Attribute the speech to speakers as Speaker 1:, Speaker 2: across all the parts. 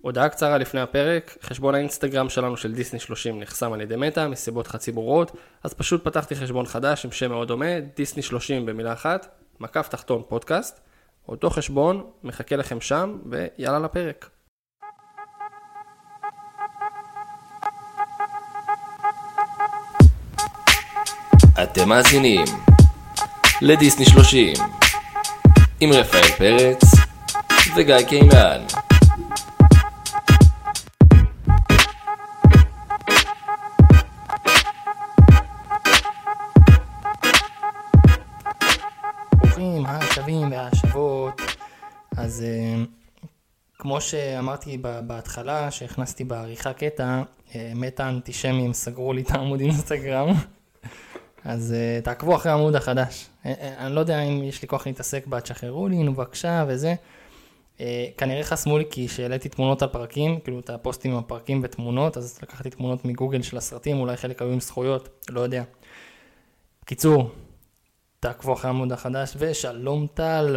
Speaker 1: הודעה קצרה לפני הפרק, חשבון האינסטגרם שלנו של דיסני 30 נחסם על ידי מטא מסיבות חצי ברורות, אז פשוט פתחתי חשבון חדש עם שם מאוד דומה, דיסני 30 במילה אחת, מקף תחתון פודקאסט, אותו חשבון, מחכה לכם שם, ויאללה לפרק.
Speaker 2: אתם מאזינים לדיסני 30 עם רפאל פרץ וגיא קינן.
Speaker 3: השווים, אה, השבים וההשבות. אז אה, כמו שאמרתי ב- בהתחלה, שהכנסתי בעריכה קטע, אה, מטא האנטישמים סגרו לי את העמוד אינסטגרם. אז אה, תעקבו אחרי העמוד החדש. אה, אה, אני לא יודע אם יש לי כוח להתעסק בה, תשחררו לי, נו בבקשה וזה. אה, כנראה חסמו לי כי שהעליתי תמונות על פרקים, כאילו את הפוסטים עם הפרקים ותמונות, אז לקחתי תמונות מגוגל של הסרטים, אולי חלק היו עם זכויות, לא יודע. קיצור, תעקבו אחרי העמוד החדש, ושלום טל.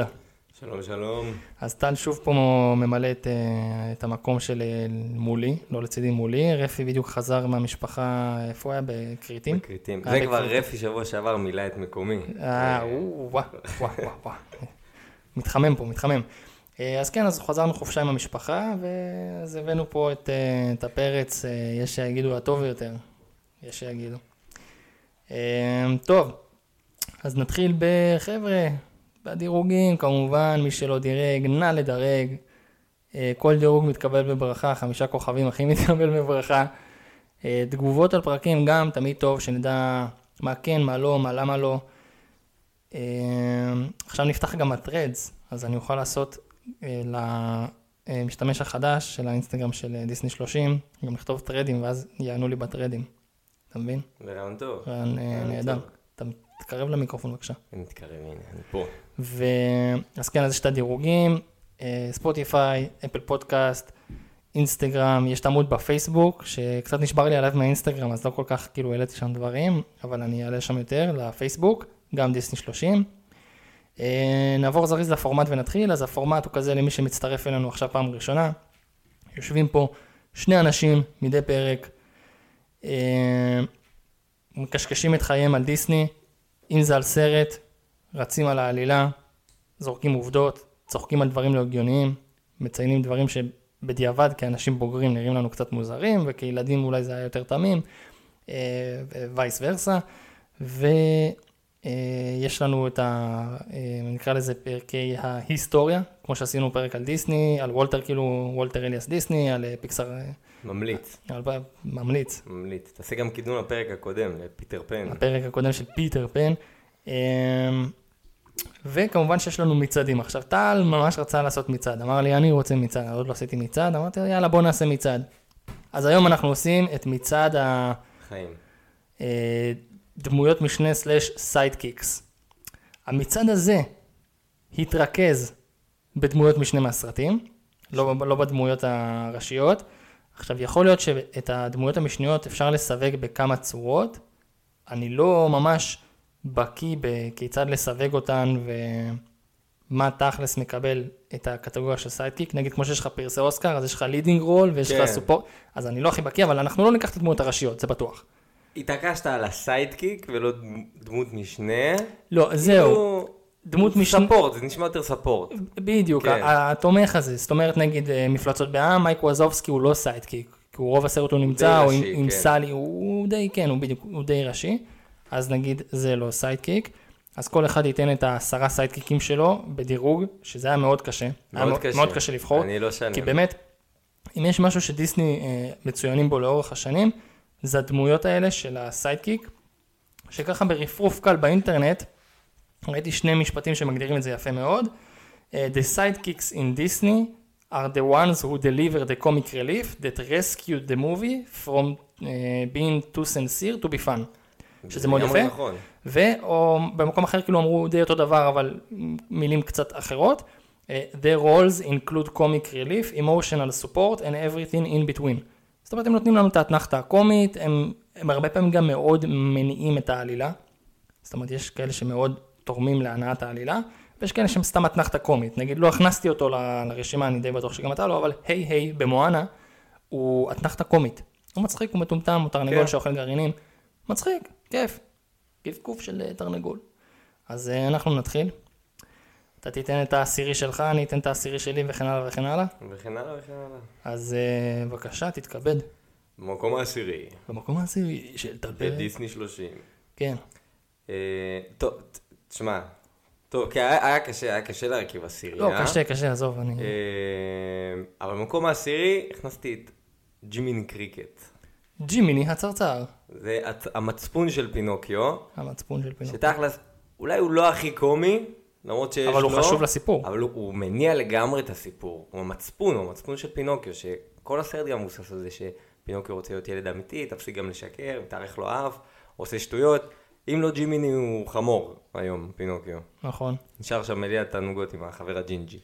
Speaker 4: שלום שלום,
Speaker 3: אז טל שוב פה ממלא את, אה, את המקום של אה, מולי, לא לצידי מולי. רפי בדיוק חזר מהמשפחה, איפה הוא היה? בכרתים?
Speaker 4: כריתים.
Speaker 3: אה,
Speaker 4: זה כבר
Speaker 3: בכרתים.
Speaker 4: רפי שבוע שעבר מילא את מקומי.
Speaker 3: אה, וואו, וואו, וואו, וואו. מתחמם פה, מתחמם. אה, אז כן, אז חזרנו חופשה עם המשפחה, ואז הבאנו פה את, אה, את הפרץ, אה, יש שיגידו הטוב יותר. יש שיגידו. אה, טוב, אז נתחיל בחבר'ה, בדירוגים כמובן, מי שלא דירג, נא לדרג. אה, כל דירוג מתקבל בברכה, חמישה כוכבים הכי מתקבל בברכה. אה, תגובות על פרקים גם, תמיד טוב שנדע מה כן, מה לא, מה למה לא. אה, עכשיו נפתח גם הטרדס, אז אני אוכל לעשות אה, למשתמש החדש של האינסטגרם של אה, דיסני 30, גם לכתוב טרדים ואז יענו לי בטרדים. אתה מבין?
Speaker 4: זה רעיון טוב.
Speaker 3: רעיון אה, נהדר. אתה תתקרב למיקרופון בבקשה.
Speaker 4: אני מתקרב, הנה, אני פה.
Speaker 3: ו... אז כן, אז יש את הדירוגים, אה, ספוטיפיי, אפל פודקאסט, אינסטגרם, יש את העמוד בפייסבוק, שקצת נשבר לי עליו מהאינסטגרם, אז לא כל כך כאילו העליתי שם דברים, אבל אני אעלה שם יותר לפייסבוק, גם דיסני 30. אה, נעבור זריז לפורמט ונתחיל, אז הפורמט הוא כזה למי שמצטרף אלינו עכשיו פעם ראשונה. יושבים פה שני אנשים מדי פרק, אה, מקשקשים את חייהם על דיסני, אם זה על סרט, רצים על העלילה, זורקים עובדות, צוחקים על דברים לא הגיוניים, מציינים דברים שבדיעבד כאנשים בוגרים נראים לנו קצת מוזרים, וכילדים אולי זה היה יותר תמים, אה, וייס ורסה, ויש אה, לנו את ה... אה, נקרא לזה פרקי ההיסטוריה, כמו שעשינו פרק על דיסני, על וולטר כאילו, וולטר אליאס דיסני, על אה, פיקסר, אה,
Speaker 4: ממליץ,
Speaker 3: על אה, ממליץ,
Speaker 4: ממליץ. תעשה גם קידום לפרק הקודם, לפיטר פן.
Speaker 3: הפרק הקודם של פיטר פן. אמ, וכמובן שיש לנו מצעדים. עכשיו, טל ממש רצה לעשות מצעד. אמר לי, אני רוצה מצעד, עוד לא עשיתי מצעד. אמרתי, לו, יאללה, בוא נעשה מצעד. אז היום אנחנו עושים את מצעד
Speaker 4: חיים.
Speaker 3: הדמויות אה, משנה סלאש סיידקיקס. המצעד הזה התרכז בדמויות משנה מהסרטים, לא, לא בדמויות הראשיות. עכשיו, יכול להיות שאת הדמויות המשניות אפשר לסווג בכמה צורות. אני לא ממש בקיא בכיצד לסווג אותן ומה תכלס מקבל את הקטגוריה של סיידקיק. נגיד, כמו שיש לך פרסי אוסקר, אז יש לך לידינג רול ויש לך
Speaker 4: כן.
Speaker 3: סופורט, אז אני לא הכי בקיא, אבל אנחנו לא ניקח את הדמויות הראשיות, זה בטוח.
Speaker 4: התעקשת על הסיידקיק ולא דמ- דמות משנה.
Speaker 3: לא, זהו.
Speaker 4: כאילו,
Speaker 3: דמות משנה, אה,
Speaker 4: ספורט, זה נשמע יותר ספורט.
Speaker 3: בדיוק,
Speaker 4: כן.
Speaker 3: ה- התומך הזה, זאת אומרת נגיד אה, מפלצות בעם, מייק ווזובסקי הוא לא סיידקיק, כי הוא רוב הסרט הוא נמצא, או עם,
Speaker 4: ראשי,
Speaker 3: עם
Speaker 4: כן.
Speaker 3: סלי, הוא, הוא די, כן, הוא בדיוק, הוא די ראשי, אז נגיד זה לא סיידקיק, אז כל אחד ייתן את העשרה סיידקיקים שלו בדירוג, שזה היה מאוד קשה, היה
Speaker 4: מאוד קשה.
Speaker 3: מאוד קשה לבחור,
Speaker 4: אני לא שלם.
Speaker 3: כי באמת, אם יש משהו שדיסני אה, מצוינים בו לאורך השנים, זה הדמויות האלה של הסיידקיק, שככה ברפרוף קל באינטרנט, ראיתי שני משפטים שמגדירים את זה יפה מאוד. אה, The sidekicks in Disney are the ones who deliver the comic relief that rescued the movie from uh, being too sincere to be fun. שזה מאוד
Speaker 4: לגמרי
Speaker 3: יפה.
Speaker 4: נכון.
Speaker 3: ואו במקום אחר כאילו אמרו די אותו דבר אבל מילים קצת אחרות. אה, Their roles include comic relief, emotional support and everything in between. זאת אומרת הם נותנים לנו את האתנחתה הקומית, הם, הם הרבה פעמים גם מאוד מניעים את העלילה. זאת אומרת יש כאלה שמאוד תורמים להנעת העלילה, ויש כאלה שהם סתם אתנחתה קומית. נגיד, לא הכנסתי אותו ל- לרשימה, אני די בטוח שגם אתה לא, אבל היי היי במואנה, הוא אתנחתה קומית. הוא מצחיק, הוא מטומטם, הוא תרנגול
Speaker 4: כן.
Speaker 3: שאוכל גרעינים. מצחיק, כיף. קפקוף של אה, תרנגול. אז אה, אנחנו נתחיל. אתה תיתן את העשירי שלך, אני אתן את העשירי שלי וכן הלאה וכן הלאה.
Speaker 4: וכן הלאה וכן הלאה.
Speaker 3: אז אה, בבקשה, תתכבד.
Speaker 4: במקום העשירי,
Speaker 3: במקום העשירי של טל פרץ.
Speaker 4: בדיסני 30.
Speaker 3: כן.
Speaker 4: אה, טוב, ת- תשמע. טוב, כי היה היה קשה, היה קשה להרכיב עשירייה.
Speaker 3: לא, קשה, קשה, עזוב, אני...
Speaker 4: אה, אבל במקום העשירי הכנסתי את ג'ימין קריקט.
Speaker 3: ג'ימיני הצרצר,
Speaker 4: זה הצ- המצפון של פינוקיו,
Speaker 3: המצפון של פינוק.
Speaker 4: שתכלס, אולי הוא לא הכי קומי, למרות שיש לו...
Speaker 3: אבל הוא חשוב לסיפור.
Speaker 4: אבל הוא, הוא מניע לגמרי את הסיפור. הוא המצפון, הוא המצפון של פינוקיו, שכל הסרט גם מבוסס על זה שפינוקיו רוצה להיות ילד אמיתי, תפסיק גם לשקר, מתארך לו אף, עושה שטויות. אם לא ג'ימיני הוא חמור היום, פינוקיו.
Speaker 3: נכון.
Speaker 4: נשאר שם מליאת תענוגות עם החבר הג'ינג'י.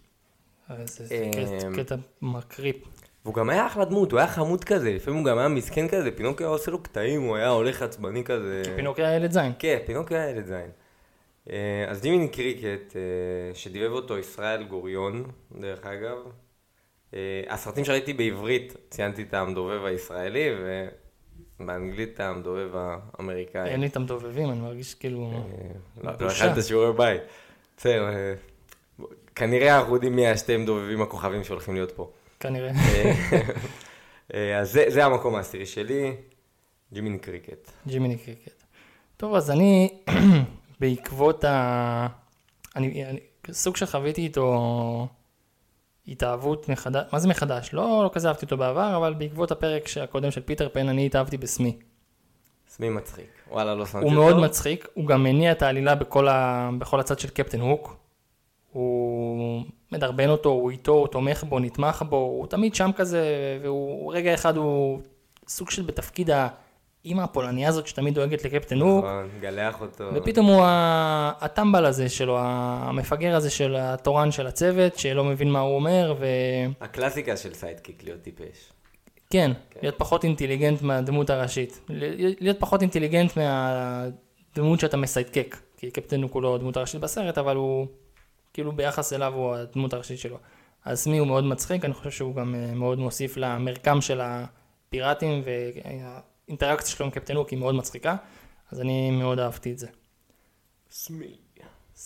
Speaker 3: אה, זה זה
Speaker 4: אה, כן.
Speaker 3: קט- קטע מקריפ.
Speaker 4: והוא גם היה אחלה דמות, הוא היה חמוד כזה, לפעמים הוא גם היה מסכן כזה, פינוקיו היה עושה לו קטעים, הוא היה הולך עצבני כזה.
Speaker 3: פינוקי הילד זין.
Speaker 4: כן, פינוקיו היה ילד זין. אה, אז ג'ימיני קריקט, אה, שדיבב אותו ישראל גוריון, דרך אגב. אה, הסרטים שראיתי בעברית, ציינתי את המדובב הישראלי, ובאנגלית את המדובב האמריקאי.
Speaker 3: אין לי את המדובבים, אני מרגיש כאילו...
Speaker 4: לא, לא
Speaker 3: בושה.
Speaker 4: הכנת שיעורי בית. בסדר, אה, כנראה אנחנו יודעים מי השתי מדובבים הכוכבים שהולכים להיות פה.
Speaker 3: כנראה.
Speaker 4: אה, אז זה- זה המקום העשירי שלי, ג'ימיני קריקט.
Speaker 3: ג'ימיני קריקט. טוב, אז אני, בעקבות ה... אני, אני סוג שחוויתי איתו התאהבות מחדש, מה זה מחדש? לא, לא כזה אהבתי אותו בעבר, אבל בעקבות הפרק הקודם של פיטר פן, אני התאהבתי בסמי.
Speaker 4: סמי מצחיק. וואלה, לא שמתי אותו.
Speaker 3: הוא מאוד מצחיק, הוא גם מניע את העלילה בכל, ה... בכל הצד של קפטן הוק. הוא מדרבן אותו, הוא איתו, הוא תומך בו, נתמך בו, הוא תמיד שם כזה, והוא רגע אחד הוא סוג של בתפקיד האימא הפולניה הזאת שתמיד דואגת לקפטן הוק,
Speaker 4: נכון, גלח אותו.
Speaker 3: ופתאום הוא ה- הטמבל הזה שלו, המפגר הזה של התורן של הצוות, שלא מבין מה הוא אומר, וכן,
Speaker 4: הקלאסיקה של סיידקיק להיות טיפש.
Speaker 3: כן,
Speaker 4: כן.
Speaker 3: להיות פחות אינטליגנט מהדמות הראשית. ל- להיות פחות אינטליגנט מהדמות שאתה מסיידקק, כי קפטן הוא כולו הדמות הראשית בסרט, אבל הוא, כאילו ביחס אליו הוא הדמות הראשית שלו. אז מי הוא מאוד מצחיק, אני חושב שהוא גם אה, מאוד מוסיף למרקם של הפיראטים, והאינטראקציה שלו עם קפטן הוק היא מאוד מצחיקה, אז אני מאוד אהבתי את זה.
Speaker 4: סמי.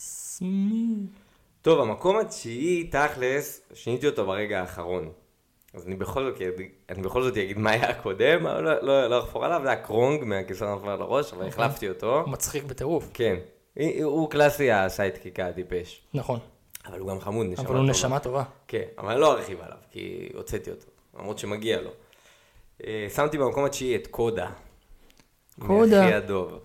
Speaker 3: סמי.
Speaker 4: טוב, המקום התשיעי, תכלס, שיניתי אותו ברגע האחרון. אז אני בכל זאת, אגיד- אני בכל זאת אגיד מה היה הקודם, אבל לא- לא לא אחפור עליו, זה היה קרונג מהכיסון הנפל על הראש, אבל
Speaker 3: נכון.
Speaker 4: החלפתי אותו.
Speaker 3: הוא מצחיק בטירוף,
Speaker 4: כן. הוא- הוא קלאסי הסיידקיק הטיפש.
Speaker 3: נכון.
Speaker 4: אבל הוא גם חמוד, נשמה
Speaker 3: אבל הוא
Speaker 4: טובה.
Speaker 3: נשמה טובה.
Speaker 4: כן, אבל אני לא ארחיב עליו, כי הוצאתי אותו, למרות שמגיע לו. אה, שמתי במקום התשיעי את קודה.
Speaker 3: קודה.
Speaker 4: מאחי הדוב.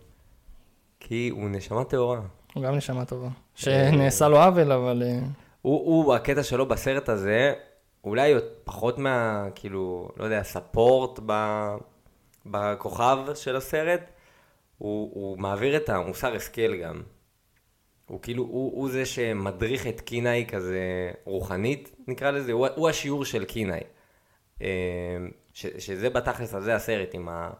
Speaker 4: כי הוא נשמה טהורה.
Speaker 3: הוא גם נשמה טובה.
Speaker 4: אה,
Speaker 3: שנעשה לו עוול, אבל... אה,
Speaker 4: הוא, הוא, הקטע שלו בסרט הזה, אולי עוד פחות מה, כאילו, לא יודע, ספורט ב, בכוכב של הסרט, הוא, הוא מעביר את המוסר השכל גם. הוא כאילו, הוא, הוא זה שמדריך את קינאי כזה רוחנית, נקרא לזה, הוא, הוא השיעור של קינאי. אה, ש, שזה בתכלס הזה הסרט, עם, ה,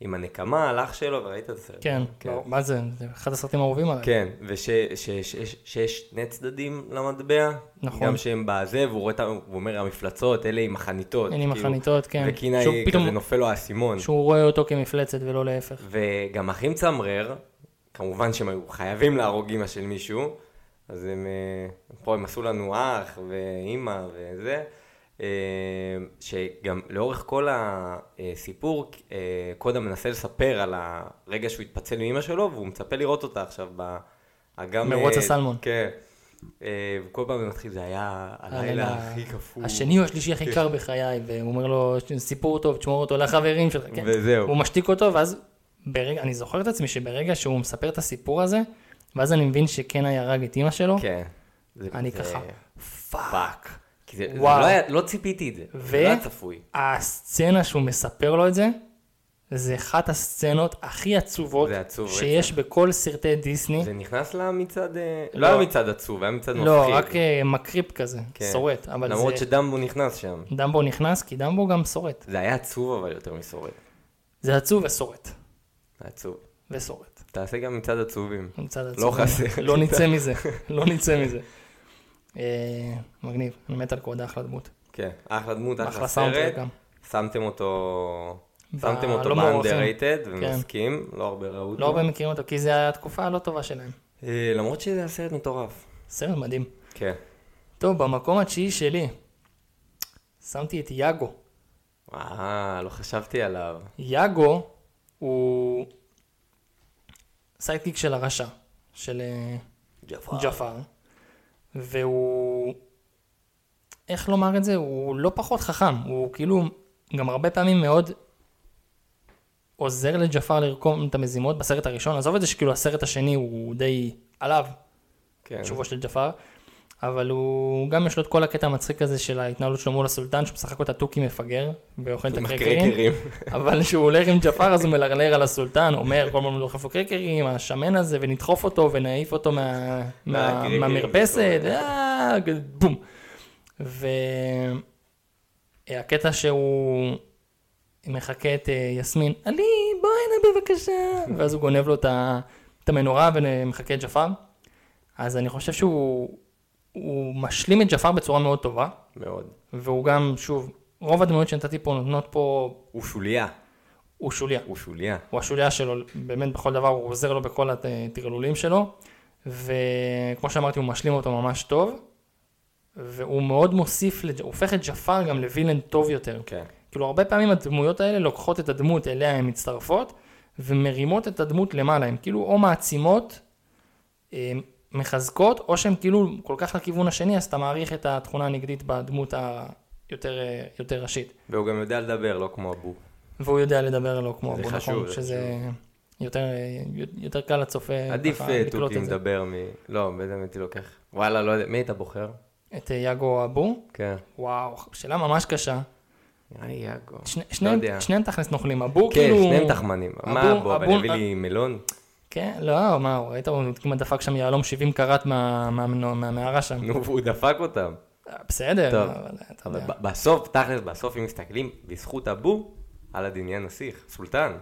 Speaker 4: עם הנקמה על אח שלו, וראית את הסרט?
Speaker 3: כן, לא, מה זה? זה אחד הסרטים האהובים עליי.
Speaker 4: כן, ושיש שני צדדים למטבע.
Speaker 3: נכון.
Speaker 4: גם שהם בזה, והוא רואה את ה... הוא אומר, המפלצות, אלה עם החניתות.
Speaker 3: אלה עם
Speaker 4: כאילו,
Speaker 3: החניתות, כן. שהוא
Speaker 4: וקינאי,
Speaker 3: פתאום-
Speaker 4: כזה נופל לו האסימון.
Speaker 3: שהוא רואה אותו כמפלצת ולא להפך.
Speaker 4: וגם אחים צמרר, כמובן שהם היו חייבים להרוג אימא של מישהו, אז הם... אה, פה הם עשו לנו אח ואימא וזה. אה, שגם לאורך כל הסיפור, אה, קודה מנסה לספר על הרגע שהוא התפצל מאימא שלו, והוא מצפה לראות אותה עכשיו באגם...
Speaker 3: מרוץ הסלמון.
Speaker 4: כן. אה, וכל פעם זה מתחיל, זה היה הלילה הכי קפוא. כן.
Speaker 3: השני או השלישי הכי קר בחיי, והוא אומר לו, סיפור טוב, תשמור אותו לחברים שלך. כן.
Speaker 4: וזהו.
Speaker 3: הוא משתיק אותו, ואז ברגע, אני זוכר את עצמי שברגע שהוא מספר את הסיפור הזה, ואז אני מבין שכן היה הרג את אימא שלו,
Speaker 4: כן. זה-
Speaker 3: אני
Speaker 4: זה-
Speaker 3: ככה,
Speaker 4: פאק. כי זה, זה
Speaker 3: וואו.
Speaker 4: לא, היה, לא ציפיתי את זה, זה לא היה צפוי.
Speaker 3: והסצנה שהוא מספר לו את זה, זה אחת הסצנות הכי עצובות
Speaker 4: זה עצוב,
Speaker 3: שיש בכל סרטי דיסני.
Speaker 4: זה נכנס למצעד, אה,
Speaker 3: לא.
Speaker 4: לא היה מצעד עצוב, היה מצעד מפחיד.
Speaker 3: לא, רק אה, מקריפ כזה,
Speaker 4: כן.
Speaker 3: שורט. אבל
Speaker 4: למרות
Speaker 3: זה...
Speaker 4: שדמבו נכנס שם.
Speaker 3: דמבו נכנס, כי דמבו גם שורט.
Speaker 4: זה היה עצוב אבל יותר משורד.
Speaker 3: זה עצוב ושורט.
Speaker 4: זה עצוב.
Speaker 3: ושורט.
Speaker 4: תעשה גם מצד עצובים.
Speaker 3: מצד עצמי.
Speaker 4: לא חסר.
Speaker 3: לא נצא מזה, לא נצא מזה. אה, מגניב, אני מת על קודה, אחלה דמות.
Speaker 4: כן, אחלה דמות, אחלה
Speaker 3: אחלה סאונדטרק
Speaker 4: סרט.
Speaker 3: גם.
Speaker 4: שמתם אותו...
Speaker 3: ב-
Speaker 4: שמתם אותו
Speaker 3: לא מוערכים.
Speaker 4: ב-underrated,
Speaker 3: כן.
Speaker 4: ומסכים, לא הרבה ראו אותו.
Speaker 3: לא הרבה מכירים אותו, כי זו התקופה הלא טובה שלהם.
Speaker 4: אה, למרות שזה היה סרט מטורף.
Speaker 3: סרט מדהים.
Speaker 4: כן.
Speaker 3: טוב, במקום התשיעי שלי, שמתי את יאגו.
Speaker 4: אה, לא חשבתי עליו.
Speaker 3: יאגו הוא סיידקיק של הרשע, של אה,
Speaker 4: ג'פר.
Speaker 3: ג'פר, והוא, איך לומר את זה? הוא לא פחות חכם, הוא כאילו גם הרבה פעמים מאוד עוזר לג'פר לרקום את המזימות בסרט הראשון, עזוב את זה שכאילו הסרט השני הוא די עליו,
Speaker 4: כן.
Speaker 3: תשובו של ג'פר, אבל הוא גם יש לו את כל הקטע המצחיק הזה של ההתנהלות שלו מול הסולטן, שהוא בסך הכל תתוכי מפגר, ואוכל את
Speaker 4: עם
Speaker 3: הקרקרים,
Speaker 4: הקרקרים.
Speaker 3: אבל כשהוא הולך עם ג'פר אז הוא מלרלר על הסולטן, אומר כל הזמן דוחף לו קרקרים, השמן הזה, ונדחוף אותו ונעיף אותו מה- מה-
Speaker 4: מהקרקרים,
Speaker 3: מהמרפסת,
Speaker 4: וכל
Speaker 3: אה, בום. והקטע אה, שהוא מחקה את אה, יסמין, עלי, בואי הנה בבקשה, ואז הוא גונב לו את ה- את המנורה ומחקה את ג'פר. אז אני חושב שהוא הוא משלים את ג'פר בצורה מאוד טובה,
Speaker 4: מאוד.
Speaker 3: והוא גם, שוב, רוב הדמויות שנתתי פה נותנות פה,
Speaker 4: הוא שוליה.
Speaker 3: הוא שוליה.
Speaker 4: הוא שוליה.
Speaker 3: הוא השוליה שלו, באמת בכל דבר, הוא עוזר לו בכל הת- הטרלולים שלו, וכמו שאמרתי, הוא משלים אותו ממש טוב, והוא מאוד מוסיף, לג'- הוא הופך את ג'פר גם לווילן טוב יותר.
Speaker 4: כן.
Speaker 3: כאילו הרבה פעמים הדמויות האלה לוקחות את הדמות אליה הן מצטרפות ומרימות את הדמות למעלה, הן כאילו או מעצימות, אה, מחזקות, או שהן כאילו כל כך לכיוון השני, אז אתה מעריך את התכונה הנגדית בדמות היותר אה, יותר ראשית.
Speaker 4: והוא גם יודע לדבר, לא כמו אבו.
Speaker 3: והוא יודע לדבר לו כמו
Speaker 4: זה
Speaker 3: אבו,
Speaker 4: חשוב,
Speaker 3: נכון?
Speaker 4: זה
Speaker 3: שזה יותר, אה, יותר קל לצופה.
Speaker 4: עדיף
Speaker 3: ככה
Speaker 4: אה,
Speaker 3: לקלוט
Speaker 4: תוכי
Speaker 3: את זה.
Speaker 4: מדבר מ... לא, באיזה הייתי לוקח. וואלה, לא יודע. מי היית בוחר?
Speaker 3: את אה, יאגו אבו,
Speaker 4: כן.
Speaker 3: וואו, שאלה ממש קשה.
Speaker 4: נראה לי יאגו.
Speaker 3: שני-
Speaker 4: לא
Speaker 3: שניהם
Speaker 4: יודע.
Speaker 3: שניהם תכלס נוכלים, אבו
Speaker 4: כן,
Speaker 3: כאילו...
Speaker 4: שניהם תחמנים.
Speaker 3: אבו-
Speaker 4: מה אבו? אבל
Speaker 3: אבו-
Speaker 4: הביא לי מלון?
Speaker 3: כן, לא, מה, הוא ראית, הוא כמעט דפק שם יהלום 70 קראט מה- מה- מה- מהמערה שם. אה,
Speaker 4: נו, והוא דפק אותם. טוב.
Speaker 3: בסדר, אבל אה, אתה
Speaker 4: אבל
Speaker 3: יודע.
Speaker 4: ב- בסוף, תכלס, בסוף, אם מסתכלים, בזכות אבו, על הדניין נסיך, סולטן.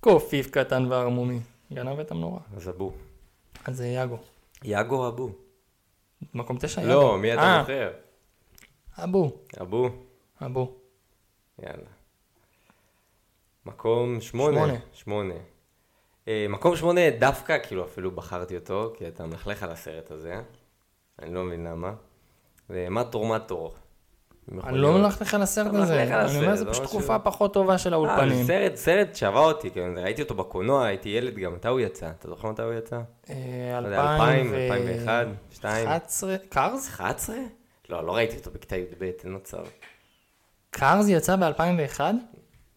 Speaker 3: קופיף קטן וערמומי. גנב את המנורה.
Speaker 4: אז אבו.
Speaker 3: אז זה יאגו.
Speaker 4: יאגו אבו.
Speaker 3: מקום תשע, אה, יאגו.
Speaker 4: לא, מי אתה
Speaker 3: אה,
Speaker 4: בוחר?
Speaker 3: אבו,
Speaker 4: אבו.
Speaker 3: אבו.
Speaker 4: יאללה. מקום שמונה.
Speaker 3: שמונה.
Speaker 4: שמונה. אה, מקום שמונה, דווקא כאילו אפילו בחרתי אותו, כי אתה מלכלך על הסרט הזה, אני לא מבין למה. אה, זה מטור מטור.
Speaker 3: אני לא מלכת לך לסרט
Speaker 4: אתה מלכלך
Speaker 3: הזה.
Speaker 4: על
Speaker 3: אני אומר,
Speaker 4: הסרט,
Speaker 3: זו
Speaker 4: לא אה,
Speaker 3: פשוט
Speaker 4: משהו.
Speaker 3: תקופה פחות טובה של האולפנים.
Speaker 4: סרט, סרט שעבר אותי, כן, ראיתי אותו בקולנוע, הייתי ילד גם, מתי הוא יצא? אתה זוכר מתי הוא יצא?
Speaker 3: אה,
Speaker 4: לא יודע, 2000, 2001,
Speaker 3: 2001,
Speaker 4: 2002.
Speaker 3: 11, קארז?
Speaker 4: 11? לא, לא ראיתי אותו בכיתה י"ב, אין מצב.
Speaker 3: קארז יצא ב-2001?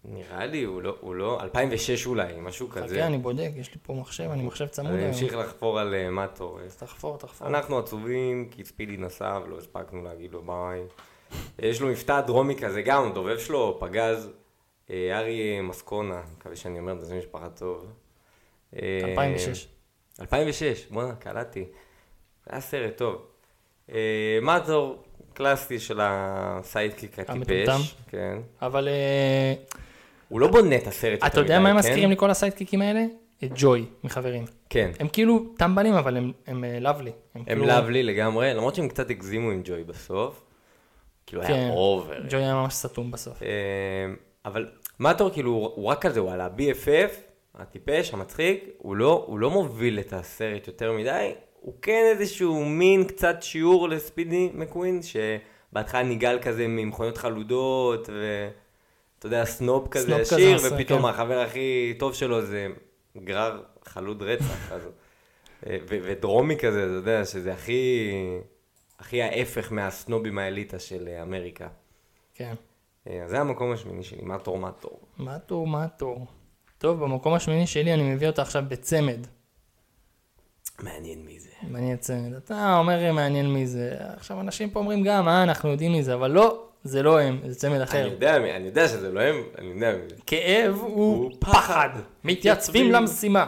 Speaker 4: נראה לי, הוא לא, הוא לא, 2006 אולי, משהו כזה.
Speaker 3: חכה, אוקיי, אני בודק, יש לי פה מחשב, אני מחשב צמוד
Speaker 4: אני
Speaker 3: היום.
Speaker 4: אמשיך לחפור על אה, מטור.
Speaker 3: אז תחפור, תחפור.
Speaker 4: אנחנו עצובים כי ספידי נסע ולא הספקנו להגיד לו ביי. יש לו מבטא דרומי כזה גם, הדובב שלו, פגז, אה, ארי מסקונה, מקווה שאני אומר את זה, משפחה טוב. אה,
Speaker 3: 2006.
Speaker 4: 2006, בואנה, קלטתי. זה היה סרט טוב. אה, מאזור קלאסי של הסיידקיק
Speaker 3: המטומטם.
Speaker 4: הטיפש. כן.
Speaker 3: אבל אה,
Speaker 4: הוא לא בונה את הסרט יותר
Speaker 3: אתה יודע מה
Speaker 4: מדי,
Speaker 3: הם
Speaker 4: כן?
Speaker 3: מזכירים לי כל הסיידקיקים האלה? את ג'וי, מחברים.
Speaker 4: כן.
Speaker 3: הם כאילו טמבלים, אבל הם- הם כאילו- לאבלי.
Speaker 4: הם לאבלי לגמרי, למרות שהם קצת הגזימו עם ג'וי בסוף. כאילו היה אובר.
Speaker 3: כן. ג'וי היה ממש סתום בסוף.
Speaker 4: אמ, אבל מטור כאילו הוא הוא רק כזה, הוא על ה-BFF, הטיפש, המצחיק, הוא לא, הוא לא מוביל את הסרט יותר מדי, הוא כן איזשהו מין קצת שיעור לספידי מקווין, שבהתחלה ניגל כזה ממכוניות חלודות, ואתה יודע, סנוב כזה
Speaker 3: סנוב כזה
Speaker 4: עשיר,
Speaker 3: עשה,
Speaker 4: ופתאום
Speaker 3: כן.
Speaker 4: החבר הכי טוב שלו זה גרר חלוד רצח, אז... אה, ו- ודרומי כזה, אתה יודע, שזה הכי, הכי ההפך מהסנובים האליטה של אה, אמריקה.
Speaker 3: כן.
Speaker 4: אה, אז זה המקום השמיני שלי, מה תור מה תור.
Speaker 3: מה תור, מה תור. טוב, במקום השמיני שלי אני מביא אותה עכשיו בצמד.
Speaker 4: מעניין מי זה.
Speaker 3: מעניין צמד. אתה אומר מעניין מי זה. עכשיו אנשים פה אומרים גם, אה, אנחנו יודעים מי זה, אבל לא, זה לא הם, זה צמד
Speaker 4: אני
Speaker 3: אחר.
Speaker 4: יודע, מי- אני יודע שזה לא הם, אני יודע מי זה.
Speaker 3: כאב הוא
Speaker 4: הוא
Speaker 3: פחד, מתייצבים למשימה.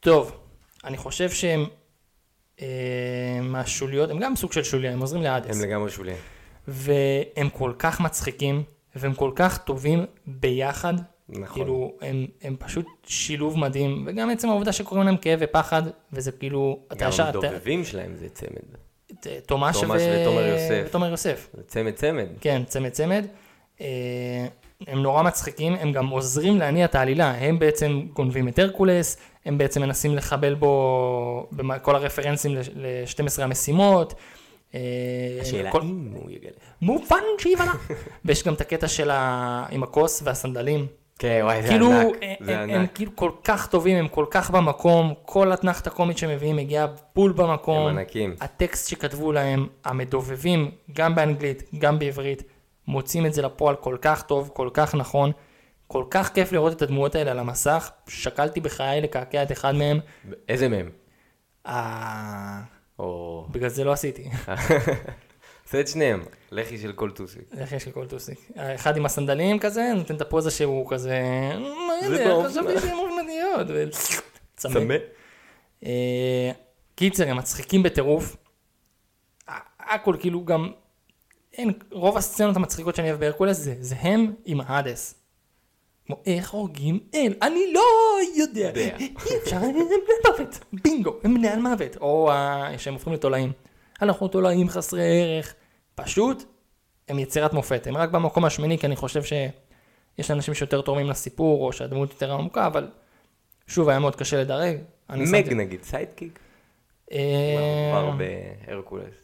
Speaker 3: טוב, אני חושב שהם אה, מהשוליות, הם גם סוג של שוליה, הם עוזרים לאדיס.
Speaker 4: הם לגמרי שוליים.
Speaker 3: והם כל כך מצחיקים, והם כל כך טובים ביחד,
Speaker 4: נכון.
Speaker 3: כאילו, הם, הם פשוט שילוב מדהים, וגם עצם העובדה שקוראים להם כאב ופחד, וזה כאילו, אתה
Speaker 4: גם
Speaker 3: ישר, אתה-
Speaker 4: הדובבים שלהם זה צמד.
Speaker 3: ת- תומש ו-
Speaker 4: תומש ותומר יוסף.
Speaker 3: ותומר יוסף.
Speaker 4: זה צמד צמד.
Speaker 3: כן, צמד צמד. אה, הם נורא מצחיקים, הם גם עוזרים להניע את העלילה, הם בעצם גונבים את הרקולס, הם בעצם מנסים לחבל בו בכל הרפרנסים ל-12 המשימות. אה,
Speaker 4: השאלה
Speaker 3: כל-
Speaker 4: אם הוא יגלה.
Speaker 3: מובן שיבלע. ויש גם את הקטע של ה... עם הכוס והסנדלים.
Speaker 4: כן, וואי, זה
Speaker 3: כאילו,
Speaker 4: ענק.
Speaker 3: הם,
Speaker 4: זה
Speaker 3: הם, הם
Speaker 4: ענק.
Speaker 3: כאילו כל כך טובים, הם כל כך במקום, כל אתנחת הקומית שמביאים מגיעה בול במקום.
Speaker 4: הם ענקים.
Speaker 3: הטקסט שכתבו להם, המדובבים, גם באנגלית, גם בעברית, מוצאים את זה לפועל כל כך טוב, כל כך נכון. כל כך כיף לראות את הדמויות האלה על המסך, שקלתי בחיי לקעקע את אחד מהם,
Speaker 4: איזה מהם?
Speaker 3: אה,
Speaker 4: או...
Speaker 3: בגלל זה לא עשיתי.
Speaker 4: עושה את שניהם. לחי של כל טוסיק.
Speaker 3: איך יש לי כל טוסיק? האחד עם הסנדלים כזה, נותן את הפוזה שהוא כזה... "אה, מה
Speaker 4: זה
Speaker 3: זה,
Speaker 4: באופנה."
Speaker 3: חשבתי שהן מובמדיות, ו... צמא.
Speaker 4: צמא?
Speaker 3: אה, קיצר, הם מצחיקים בטירוף. ה- הכל כאילו גם... אין, רוב הסצנות המצחיקות שאני אוהב בהרקולס זה, זה הם עם האדס. כמו איך הורגים אל, אני לא יודע,
Speaker 4: יודע.
Speaker 3: אי אפשר, הם בני מוות, בינגו, הם בני על מוות, או אה, שהם הופכים לתולעים. אנחנו תולעים חסרי ערך, פשוט, הם יצירת מופת, הם רק במקום השמיני, כי אני חושב שיש אנשים שיותר תורמים לסיפור, או שהדמות יותר עמוקה, אבל שוב, היה מאוד קשה לדרג. אני שמתי-
Speaker 4: מג נגיד, סיידקיק.
Speaker 3: אה,
Speaker 4: כבר בהרקולס.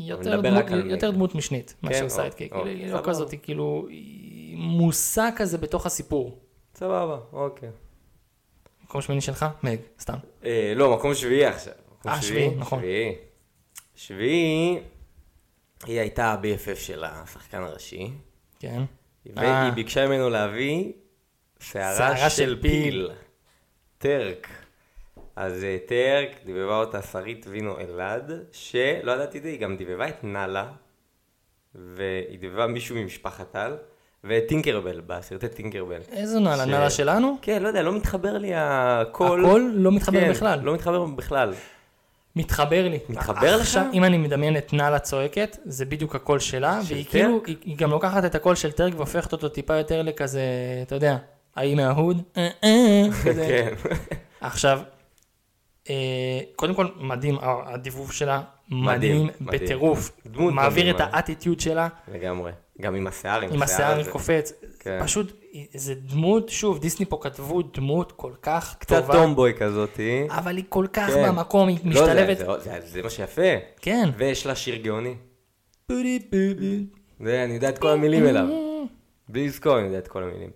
Speaker 3: יותר
Speaker 4: נדבר
Speaker 3: דמות-
Speaker 4: רק על
Speaker 3: יותר
Speaker 4: מג.
Speaker 3: דמות משנית מאשר
Speaker 4: או-
Speaker 3: סיידקיק,
Speaker 4: או,
Speaker 3: היא לא
Speaker 4: סבבה.
Speaker 3: כזאת, היא כאילו, היא מושא כזה בתוך הסיפור.
Speaker 4: סבבה, אוקיי.
Speaker 3: מקום שמיני שלך? מג, סתם.
Speaker 4: אה, לא, מקום שביעי עכשיו. מקום
Speaker 3: אה, שביעי, נכון.
Speaker 4: שביעי. שביעי, היא הייתה ה-BFF של השחקן הראשי,
Speaker 3: כן. אה.
Speaker 4: והיא ביקשה ממנו להביא
Speaker 3: שערה
Speaker 4: שערה
Speaker 3: של
Speaker 4: של
Speaker 3: פיל.
Speaker 4: פיל, טרק. אז אה, טרק, דיבבה אותה שרית וינו אלעד, שלא ידעתי את זה, היא גם דיבבה את נאלה, והיא דיבבה מישהו ממשפחת על, ואת טינקרבל, בסרטי טינקרבל.
Speaker 3: איזו נעלה?
Speaker 4: ש-
Speaker 3: נעלה שלנו?
Speaker 4: כן, לא יודע, לא מתחבר לי הקול.
Speaker 3: הכל לא מתחבר
Speaker 4: כן,
Speaker 3: בכלל.
Speaker 4: לא מתחבר בכלל.
Speaker 3: מתחבר לי.
Speaker 4: מתחבר לך?
Speaker 3: עכשיו, אם אני מדמיין את נאלה צועקת, זה בדיוק הקול שלה,
Speaker 4: של
Speaker 3: והיא
Speaker 4: טרק?
Speaker 3: כאילו, היא היא גם לוקחת את הקול של טרק והופכת אותו טיפה יותר לכזה, אתה יודע, האי מההוד. אה, אה, כזה.
Speaker 4: כן.
Speaker 3: עכשיו, אה, קודם כל, מדהים, ה- הדיבוב שלה,
Speaker 4: מדהים,
Speaker 3: מדהים
Speaker 4: מדהים.
Speaker 3: בטירוף.
Speaker 4: דמות
Speaker 3: מעביר את
Speaker 4: מדהימה. כן,
Speaker 3: האטיטיוד שלה,
Speaker 4: לגמרי. גם עם השיער,
Speaker 3: עם השיער
Speaker 4: הזה.
Speaker 3: קופץ.
Speaker 4: כן.
Speaker 3: פשוט, היא- זה דמות, שוב, דיסני פה כתבו דמות כל כך
Speaker 4: קצת
Speaker 3: טובה,
Speaker 4: טומבוי כזאתי.
Speaker 3: אבל היא כל כך
Speaker 4: כן.
Speaker 3: במקום, היא
Speaker 4: לא, זה-
Speaker 3: משתלבת.
Speaker 4: זה- זה- זה מה שיפה.
Speaker 3: כן.
Speaker 4: ויש לה שיר גאוני. זה, אני יודע את כל המילים אליו. בלי לזכור, אני יודע את כל המילים.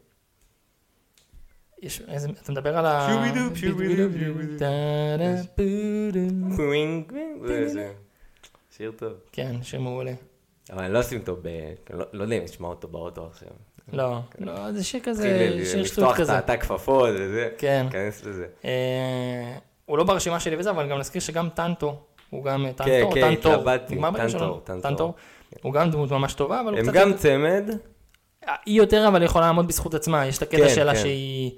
Speaker 3: יש, איזה, אתה מדבר על ה...
Speaker 4: שובי דוב, שובי דוב, שובי דוב.
Speaker 3: טה-דה, פו-דום.
Speaker 4: קווינג, קווינג, זה- זה שיר טוב.
Speaker 3: כן, שם מעולה.
Speaker 4: אבל אני לא אשים אותו ב... לא לא יודע אם נשמע אותו באוטו עכשיו.
Speaker 3: לא, לא, זה שיר
Speaker 4: התחיל
Speaker 3: כזה,
Speaker 4: ל-
Speaker 3: שיר שטות כזה.
Speaker 4: כן. לפתוח את הכפפות וזה.
Speaker 3: כן.
Speaker 4: ניכנס לזה.
Speaker 3: אה, הוא לא ברשימה שלי וזה, אבל גם נזכיר שגם טנטו, הוא גם טנטו,
Speaker 4: כן,
Speaker 3: או
Speaker 4: כן,
Speaker 3: טנטור,
Speaker 4: התלבטתי,
Speaker 3: נגמר בגלל שלא?
Speaker 4: טנטור, טנטור.
Speaker 3: טנטור. הוא גם דמות ממש טובה, אבל הוא
Speaker 4: הם
Speaker 3: קצת...
Speaker 4: גם צמד.
Speaker 3: היא יותר, אבל היא יכולה לעמוד בזכות עצמה, יש את הקטע
Speaker 4: כן,
Speaker 3: שלה
Speaker 4: כן.
Speaker 3: שהיא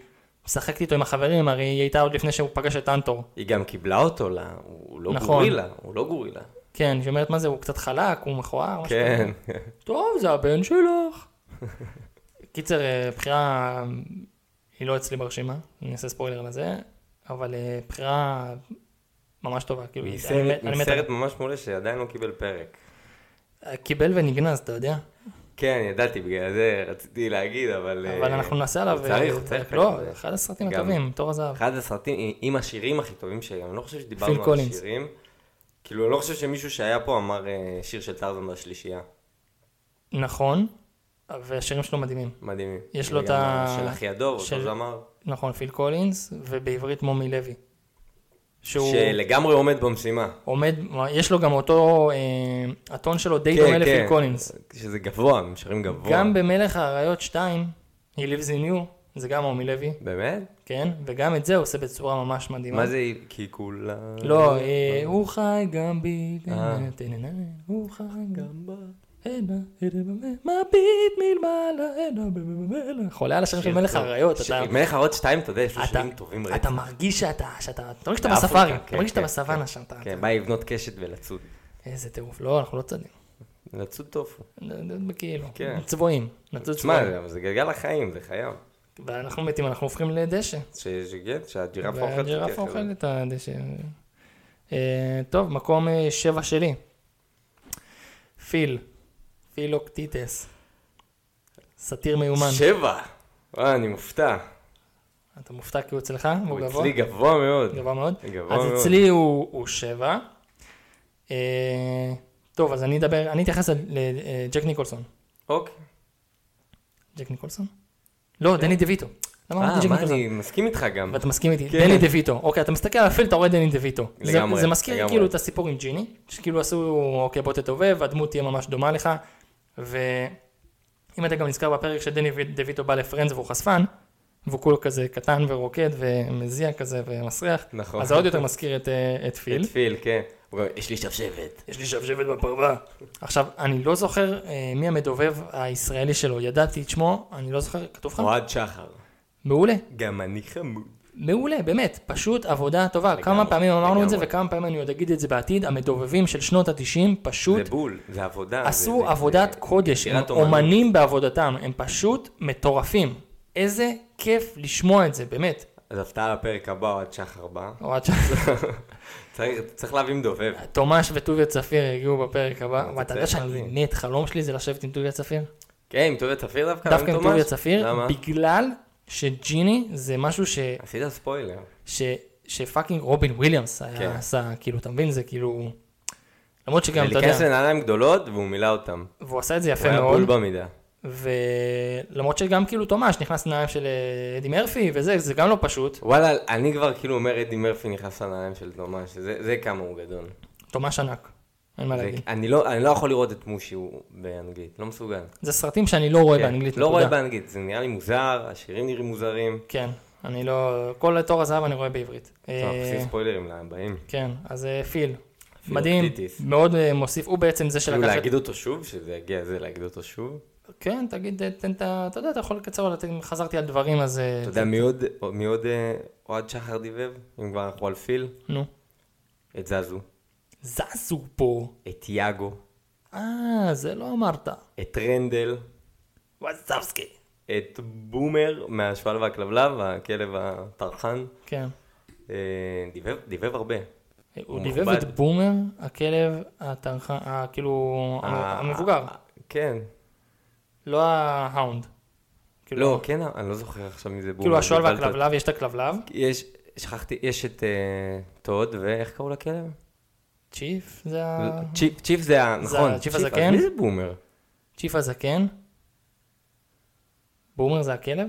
Speaker 3: משחקת איתו עם החברים, הרי היא הייתה עוד לפני שהוא פגש את טנטור.
Speaker 4: היא גם קיבלה אותו, לה. הוא לא
Speaker 3: נכון.
Speaker 4: גורילה. הוא לא גורילה.
Speaker 3: כן, היא אומרת, מה זה, הוא קצת חלק, הוא מכוער, משהו
Speaker 4: כן.
Speaker 3: טוב, זה הבן שלך. קיצר, אה, בחירה, היא לא אצלי ברשימה, אני אעשה ספוילר לזה, אבל אה, בחירה ממש טובה, כאילו, אני מת- אני מת-
Speaker 4: מסרט ממש מעולה שעדיין לא קיבל פרק.
Speaker 3: קיבל ונגנז, אתה יודע?
Speaker 4: כן, ידעתי, בגלל זה רציתי להגיד, אבל...
Speaker 3: אבל
Speaker 4: אה,
Speaker 3: אנחנו נעשה עליו,
Speaker 4: צריך,
Speaker 3: אה,
Speaker 4: הוא צריך.
Speaker 3: פרק, לא, אחד הסרטים
Speaker 4: גם-
Speaker 3: הטובים, תור הזהב.
Speaker 4: אחד הסרטים עם- עם השירים הכי טובים שלי, אני לא חושב שדיברנו על
Speaker 3: קולינס.
Speaker 4: השירים. כאילו, אני לא חושב שמישהו שהיה פה אמר אה, שיר של טרזן בשלישייה.
Speaker 3: נכון, והשירים שלו מדהימים.
Speaker 4: מדהימי.
Speaker 3: יש לו את
Speaker 4: וגם
Speaker 3: ה-
Speaker 4: של אחי הדוב,
Speaker 3: של-
Speaker 4: אותו זמר.
Speaker 3: נכון, פיל קולינס, ובעברית מומי לוי. שהוא
Speaker 4: שלגמרי עומד במשימה.
Speaker 3: עומד, יש לו גם אותו, אה, הטון שלו די
Speaker 4: כן,
Speaker 3: דומה לפיל
Speaker 4: כן.
Speaker 3: קולינס.
Speaker 4: שזה גבוה, הם שרים גבוה.
Speaker 3: גם במלך האריות 2, He lives in you, זה גם מומי לוי,
Speaker 4: באמת?
Speaker 3: כן? וגם את זה הוא עושה בצורה ממש מדהימה.
Speaker 4: מה זה, כי כולה...
Speaker 3: לא, אה, הוא חי גם בי,
Speaker 4: אה.
Speaker 3: טננה, הוא חי גם אה, בי. הנה, הנה, מביט מלמעלה, אה, הנה, במלך. חולה על השם של מלך האריות,
Speaker 4: ש-
Speaker 3: אתה...
Speaker 4: מלך הרעות 2, אתה יודע, יש לו
Speaker 3: אתה-
Speaker 4: שירים טובים רצח.
Speaker 3: אתה מרגיש שאתה, שאתה, אתה מרגיש שאתה
Speaker 4: באפריקה,
Speaker 3: בספארי, אתה
Speaker 4: כן,
Speaker 3: מרגיש שאתה
Speaker 4: כן,
Speaker 3: בסוואנה שם, אתה,
Speaker 4: כן, בא לבנות קשת ולצוד.
Speaker 3: איזה טירוף, לא, אנחנו לא צדים,
Speaker 4: לצוד טופו.
Speaker 3: כאילו,
Speaker 4: כן.
Speaker 3: צבועים, נצוד
Speaker 4: תשמע,
Speaker 3: צבועים,
Speaker 4: זה- זה גלגל החיים, זה חייב.
Speaker 3: ואנחנו מתים, אנחנו הופכים לדשא.
Speaker 4: ש- שכן, שהג'ירפה אוכלת.
Speaker 3: והג'ירף
Speaker 4: אותי אחרי
Speaker 3: אוכל את הדשא. אה, טוב, מקום אה, שבע שלי. פיל. פילוקטיטס. סאטיר
Speaker 4: זה.
Speaker 3: מיומן.
Speaker 4: שבע! וואי, אני מופתע.
Speaker 3: אתה מופתע כי הוא אצלך?
Speaker 4: הוא
Speaker 3: הוא גבוה?
Speaker 4: אצלי גבוה מאוד.
Speaker 3: גבוה מאוד.
Speaker 4: גבוה
Speaker 3: אז
Speaker 4: מאוד.
Speaker 3: אצלי הוא הוא שבע. אה, טוב, אז אני אדבר, אני אתייחס לג'ק ניקולסון.
Speaker 4: אוקיי.
Speaker 3: ג'ק ניקולסון? לא, דני דויטו. למה
Speaker 4: כן. אה,
Speaker 3: אמרתי ג'ק
Speaker 4: מה,
Speaker 3: ניקולסון?
Speaker 4: אני מסכים איתך גם.
Speaker 3: ואתה מסכים איתי,
Speaker 4: כן.
Speaker 3: דני דויטו. אוקיי, אתה מסתכל על הפיל, אתה רואה דני דויטו. זה-
Speaker 4: לגמרי,
Speaker 3: זה מזכיר
Speaker 4: לגמרי.
Speaker 3: כאילו את הסיפור עם ג'יני, שכאילו עשו, אוקיי, בוא תתעובב, הדמות תהיה ממש דומה לך, ואם אתה גם נזכר בפרק שדני דויטו בא לפרנדס והוא חשפן, והוא כולו כזה קטן ורוקד ומזיע כזה ומסריח,
Speaker 4: נכון.
Speaker 3: אז זה עוד יותר מזכיר את, אה, את פיל.
Speaker 4: את פיל, כן. הוא גם, יש לי שבשבת.
Speaker 3: יש לי שבשבת בפרווה. עכשיו, אני לא זוכר אה, מי המדובב הישראלי שלו, ידעתי את שמו, אני לא זוכר, כתוב לך?
Speaker 4: אוהד שחר.
Speaker 3: מעולה.
Speaker 4: גם אני חמוד.
Speaker 3: מעולה, באמת, פשוט עבודה טובה.
Speaker 4: לגמרי,
Speaker 3: כמה פעמים אמרנו את זה
Speaker 4: לגמרי.
Speaker 3: וכמה פעמים אני עוד אגיד את זה בעתיד, המדובבים של שנות ה-90 פשוט
Speaker 4: זה בול, זה עבודה. זה-
Speaker 3: עשו
Speaker 4: זה-
Speaker 3: עבודת
Speaker 4: זה-
Speaker 3: קודש, הם
Speaker 4: יצירת אומנות.
Speaker 3: אומנים בעבודתם, הם פשוט מטורפים. איזה כיף לשמוע את זה, באמת.
Speaker 4: אז הפתעה לפרק הבא, אוהד שחר בא.
Speaker 3: הוראת שעה.
Speaker 4: צריך- צריך להביא מדובב.
Speaker 3: תומש וטוביה צפיר יגיעו בפרק הבא.
Speaker 4: זה
Speaker 3: ואתה יודע
Speaker 4: צריך
Speaker 3: שאני
Speaker 4: להבין.
Speaker 3: מת, חלום שלי זה לשבת עם טוביה צפיר?
Speaker 4: כן, עם טוביה צפיר דווקא? לא
Speaker 3: דווקא עם
Speaker 4: תומש?
Speaker 3: טוביה צפיר,
Speaker 4: למה?
Speaker 3: בגלל שג'יני זה משהו ש...
Speaker 4: עשית ספוילר.
Speaker 3: ש... שפאקינג רובין וויליאמס
Speaker 4: כן.
Speaker 3: היה עשה, כאילו, אתה מבין? זה כאילו... למרות שגם, אתה יודע...
Speaker 4: להיכנס לנעליים גדולות, והוא מילא אותם.
Speaker 3: והוא עשה את זה
Speaker 4: הוא
Speaker 3: יפה
Speaker 4: היה
Speaker 3: מאוד,
Speaker 4: בול במידה.
Speaker 3: ולמרות שגם כאילו תומש נכנס לנעליים של אה, אדי מרפי וזה, זה גם לא פשוט.
Speaker 4: וואלה, אני כבר כאילו אומר, אדי מרפי נכנס לנעליים של תומש, זה זה כמה הוא גדול.
Speaker 3: תומש ענק, אין מה
Speaker 4: זה-
Speaker 3: להגיד.
Speaker 4: אני לא אני לא יכול לראות את מושי הוא באנגלית, לא מסוגל.
Speaker 3: זה סרטים שאני לא רואה
Speaker 4: כן,
Speaker 3: באנגלית,
Speaker 4: לא רואה
Speaker 3: נקודה.
Speaker 4: באנגלית, זה נראה לי מוזר, השירים נראים מוזרים.
Speaker 3: כן, אני לא... כל תור הזהב אני רואה בעברית.
Speaker 4: טוב,
Speaker 3: אה,
Speaker 4: עושים ספוילרים לבאים.
Speaker 3: כן, אז אה, פיל. מדהים,
Speaker 4: אוקטיטיס.
Speaker 3: מאוד אה, מוסיף, הוא בעצם זה
Speaker 4: כאילו
Speaker 3: שלקח את...
Speaker 4: להגיד אותו שוב, שזה יגיע זה להגיד אותו שוב.
Speaker 3: כן, תגיד, אה, תן את ה... אתה יודע, אתה יכול לקצר, אבל אתם- חזרתי על דברים, אז... אה,
Speaker 4: אתה יודע מי עוד- מי עוד אה, אוהד שחר דיבב, אם כבר אנחנו על פיל?
Speaker 3: נו.
Speaker 4: את זזו,
Speaker 3: זזו פה.
Speaker 4: את יאגו,
Speaker 3: אה, זה לא אמרת.
Speaker 4: את רנדל,
Speaker 3: וואזבסקי.
Speaker 4: את בומר מהשועל והכלבלב, הכלב הטרחן.
Speaker 3: כן.
Speaker 4: אה, דיבב, דיבב הרבה.
Speaker 3: הוא
Speaker 4: הוא
Speaker 3: דיבב
Speaker 4: מכובד.
Speaker 3: את בומר, הכלב, הטרחן, ה- כאילו,
Speaker 4: אה,
Speaker 3: המבוגר,
Speaker 4: כן.
Speaker 3: לא ההאונד. כאילו-
Speaker 4: לא, כן, אני לא זוכר עכשיו מי זה בומר.
Speaker 3: כאילו השועל
Speaker 4: בלבלת
Speaker 3: והכלבלב, יש את הכלבלב,
Speaker 4: אותי. יש, שכחתי, יש את אה, טוד, ואיך קראו לכלב? לא,
Speaker 3: צ'יף, זה ה...
Speaker 4: צ'יפ, צ'יפ זה ה...
Speaker 3: אה. זה
Speaker 4: נכון.
Speaker 3: הצ'יפ
Speaker 4: אז
Speaker 3: הזקן?
Speaker 4: מי זה בומר?
Speaker 3: צ'יף הזקן. בומר זה הכלב,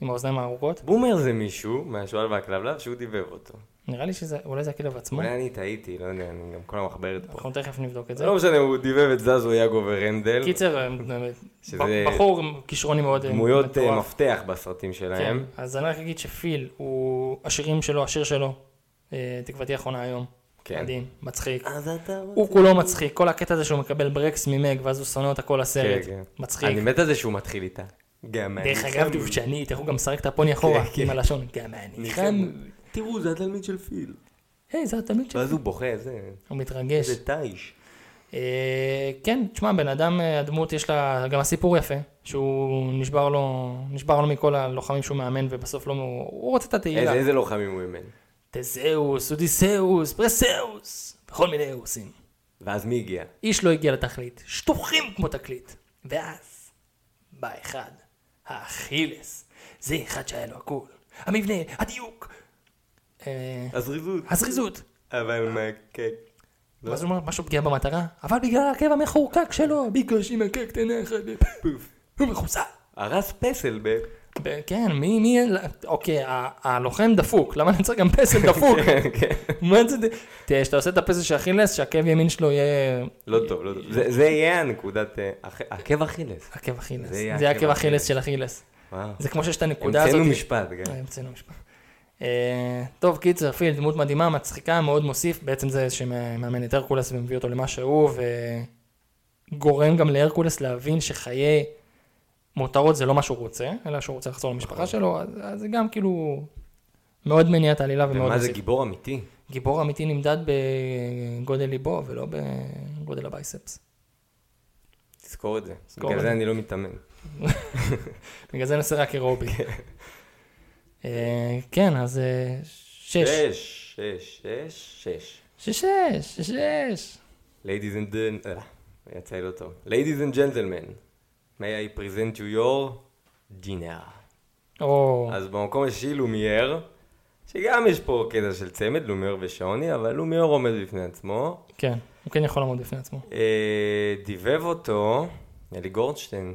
Speaker 3: עם האוזניים הארוכות.
Speaker 4: בומר זה מישהו מהשועל והכלבלב שהוא דיבב אותו.
Speaker 3: נראה לי שזה, אולי זה הכלב עצמו.
Speaker 4: אולי אני טעיתי, לא יודע, אני גם כל המחברת פה.
Speaker 3: אנחנו תכף נבדוק את זה.
Speaker 4: לא משנה, הוא דיבב את זזו, יאגו ורנדל.
Speaker 3: קיצר, אה,
Speaker 4: שזה-
Speaker 3: בחור עם כישרוני מאוד אה,
Speaker 4: דמויות אה,
Speaker 3: מטורף.
Speaker 4: מפתח בסרטים
Speaker 3: כן,
Speaker 4: שלהם.
Speaker 3: אז אני רק אגיד שפיל הוא, השירים שלו, השיר שלו, אה, תקוותי האחרונה היום.
Speaker 4: כן.
Speaker 3: מדהים, מצחיק.
Speaker 4: אז אתה...
Speaker 3: הוא כולו מצחיק, כל הקטע הזה שהוא מקבל ברקס ממג, ואז הוא שונא אותה כל הסרט.
Speaker 4: כן, כן.
Speaker 3: מצחיק.
Speaker 4: אני מת על זה שהוא מתחיל איתה. גם אני
Speaker 3: דרך אגב,
Speaker 4: חמוד.
Speaker 3: דובשנית, איך הוא גם משחק את הפוני אחורה,
Speaker 4: כן, כן.
Speaker 3: עם הלשון. גם אני חמוד.
Speaker 4: תראו, זה התלמיד של פיל.
Speaker 3: היי, זה התלמיד שלי.
Speaker 4: ואז הוא בוכה, זה...
Speaker 3: הוא מתרגש.
Speaker 4: זה טייש.
Speaker 3: אה, כן, תשמע, בן אדם, אה, הדמות יש לה, גם הסיפור יפה, שהוא נשבר לו, נשבר לו מכל הלוחמים שהוא מאמן, ובסוף לא, הוא הוא רוצה את התהילה.
Speaker 4: איזה איזה לוחמים הוא אימן.
Speaker 3: תזהוס, אודיסאוס, פרסאוס, וכל מיני אוסים.
Speaker 4: ואז מי הגיע?
Speaker 3: איש לא הגיע לתכלית, שטוחים כמו תקליט. ואז בא אחד, האכילס. זה אחד שהיה לו הכול. המבנה, הדיוק. אה,
Speaker 4: הזריזות.
Speaker 3: הזריזות.
Speaker 4: אבל מה... כן. לא.
Speaker 3: ואז הוא אומר, משהו פגיעה במטרה, אבל בגלל העקב המחורקק שלו, בגלל שהיא מכה קטנה אחת,
Speaker 4: פוף.
Speaker 3: הוא מחוסל.
Speaker 4: הרס פסל ב...
Speaker 3: ב- כן, מי, מי, אוקיי, ה- הלוחם דפוק, למה אני צריך גם פסל דפוק?
Speaker 4: כן.
Speaker 3: מה זה, תראה, כשאתה עושה את הפסל של אכילס, שהעקב ימין שלו יהיה
Speaker 4: לא טוב, לא טוב. זה- זה יהיה הנקודת... אה, אח- עקב אכילס.
Speaker 3: עקב אכילס.
Speaker 4: זה יהיה
Speaker 3: זה
Speaker 4: עקב
Speaker 3: עקב אכילס
Speaker 4: אכילס.
Speaker 3: של אכילס.
Speaker 4: וואו.
Speaker 3: זה כמו שיש את הנקודה הזאת.
Speaker 4: המצאנו משפט,
Speaker 3: אה,
Speaker 4: כן.
Speaker 3: המצאנו משפט. אה, טוב, קיצר, פיל, דמות מדהימה, מצחיקה, מאוד מוסיף. בעצם זה שמאמן את הרקולס ומביא אותו למה שהוא, וגורם גם להרקולס להבין שחיי מותרות זה לא מה שהוא רוצה, אלא שהוא רוצה לחזור
Speaker 4: נכון.
Speaker 3: למשפחה שלו, אז אז זה גם כאילו מאוד מניע את העלילה ומאוד
Speaker 4: ומה זה
Speaker 3: מוסיף.
Speaker 4: גיבור אמיתי?
Speaker 3: גיבור אמיתי נמדד בגודל ליבו ולא בגודל הבייספס.
Speaker 4: תזכור את זה.
Speaker 3: את
Speaker 4: בגלל
Speaker 3: זה.
Speaker 4: זה אני לא מתאמן.
Speaker 3: בגלל זה אני עושה רק אירובי.
Speaker 4: כן.
Speaker 3: אה, כן, אז אה, שש.
Speaker 4: שש, שש, שש, שש.
Speaker 3: שש, שש, שש.
Speaker 4: Ladies and gen- אה, יצא לי לא טוב. Ladies and gentlemen, may I present you your dinner.
Speaker 3: או,
Speaker 4: אז במקום השישי לומייר, שגם יש פה קטע של צמד, לומייר ושעוני, אבל לומייר עומד בפני עצמו.
Speaker 3: כן, הוא כן יכול לעמוד בפני עצמו.
Speaker 4: אה, דיבב אותו אלי גורדשטיין.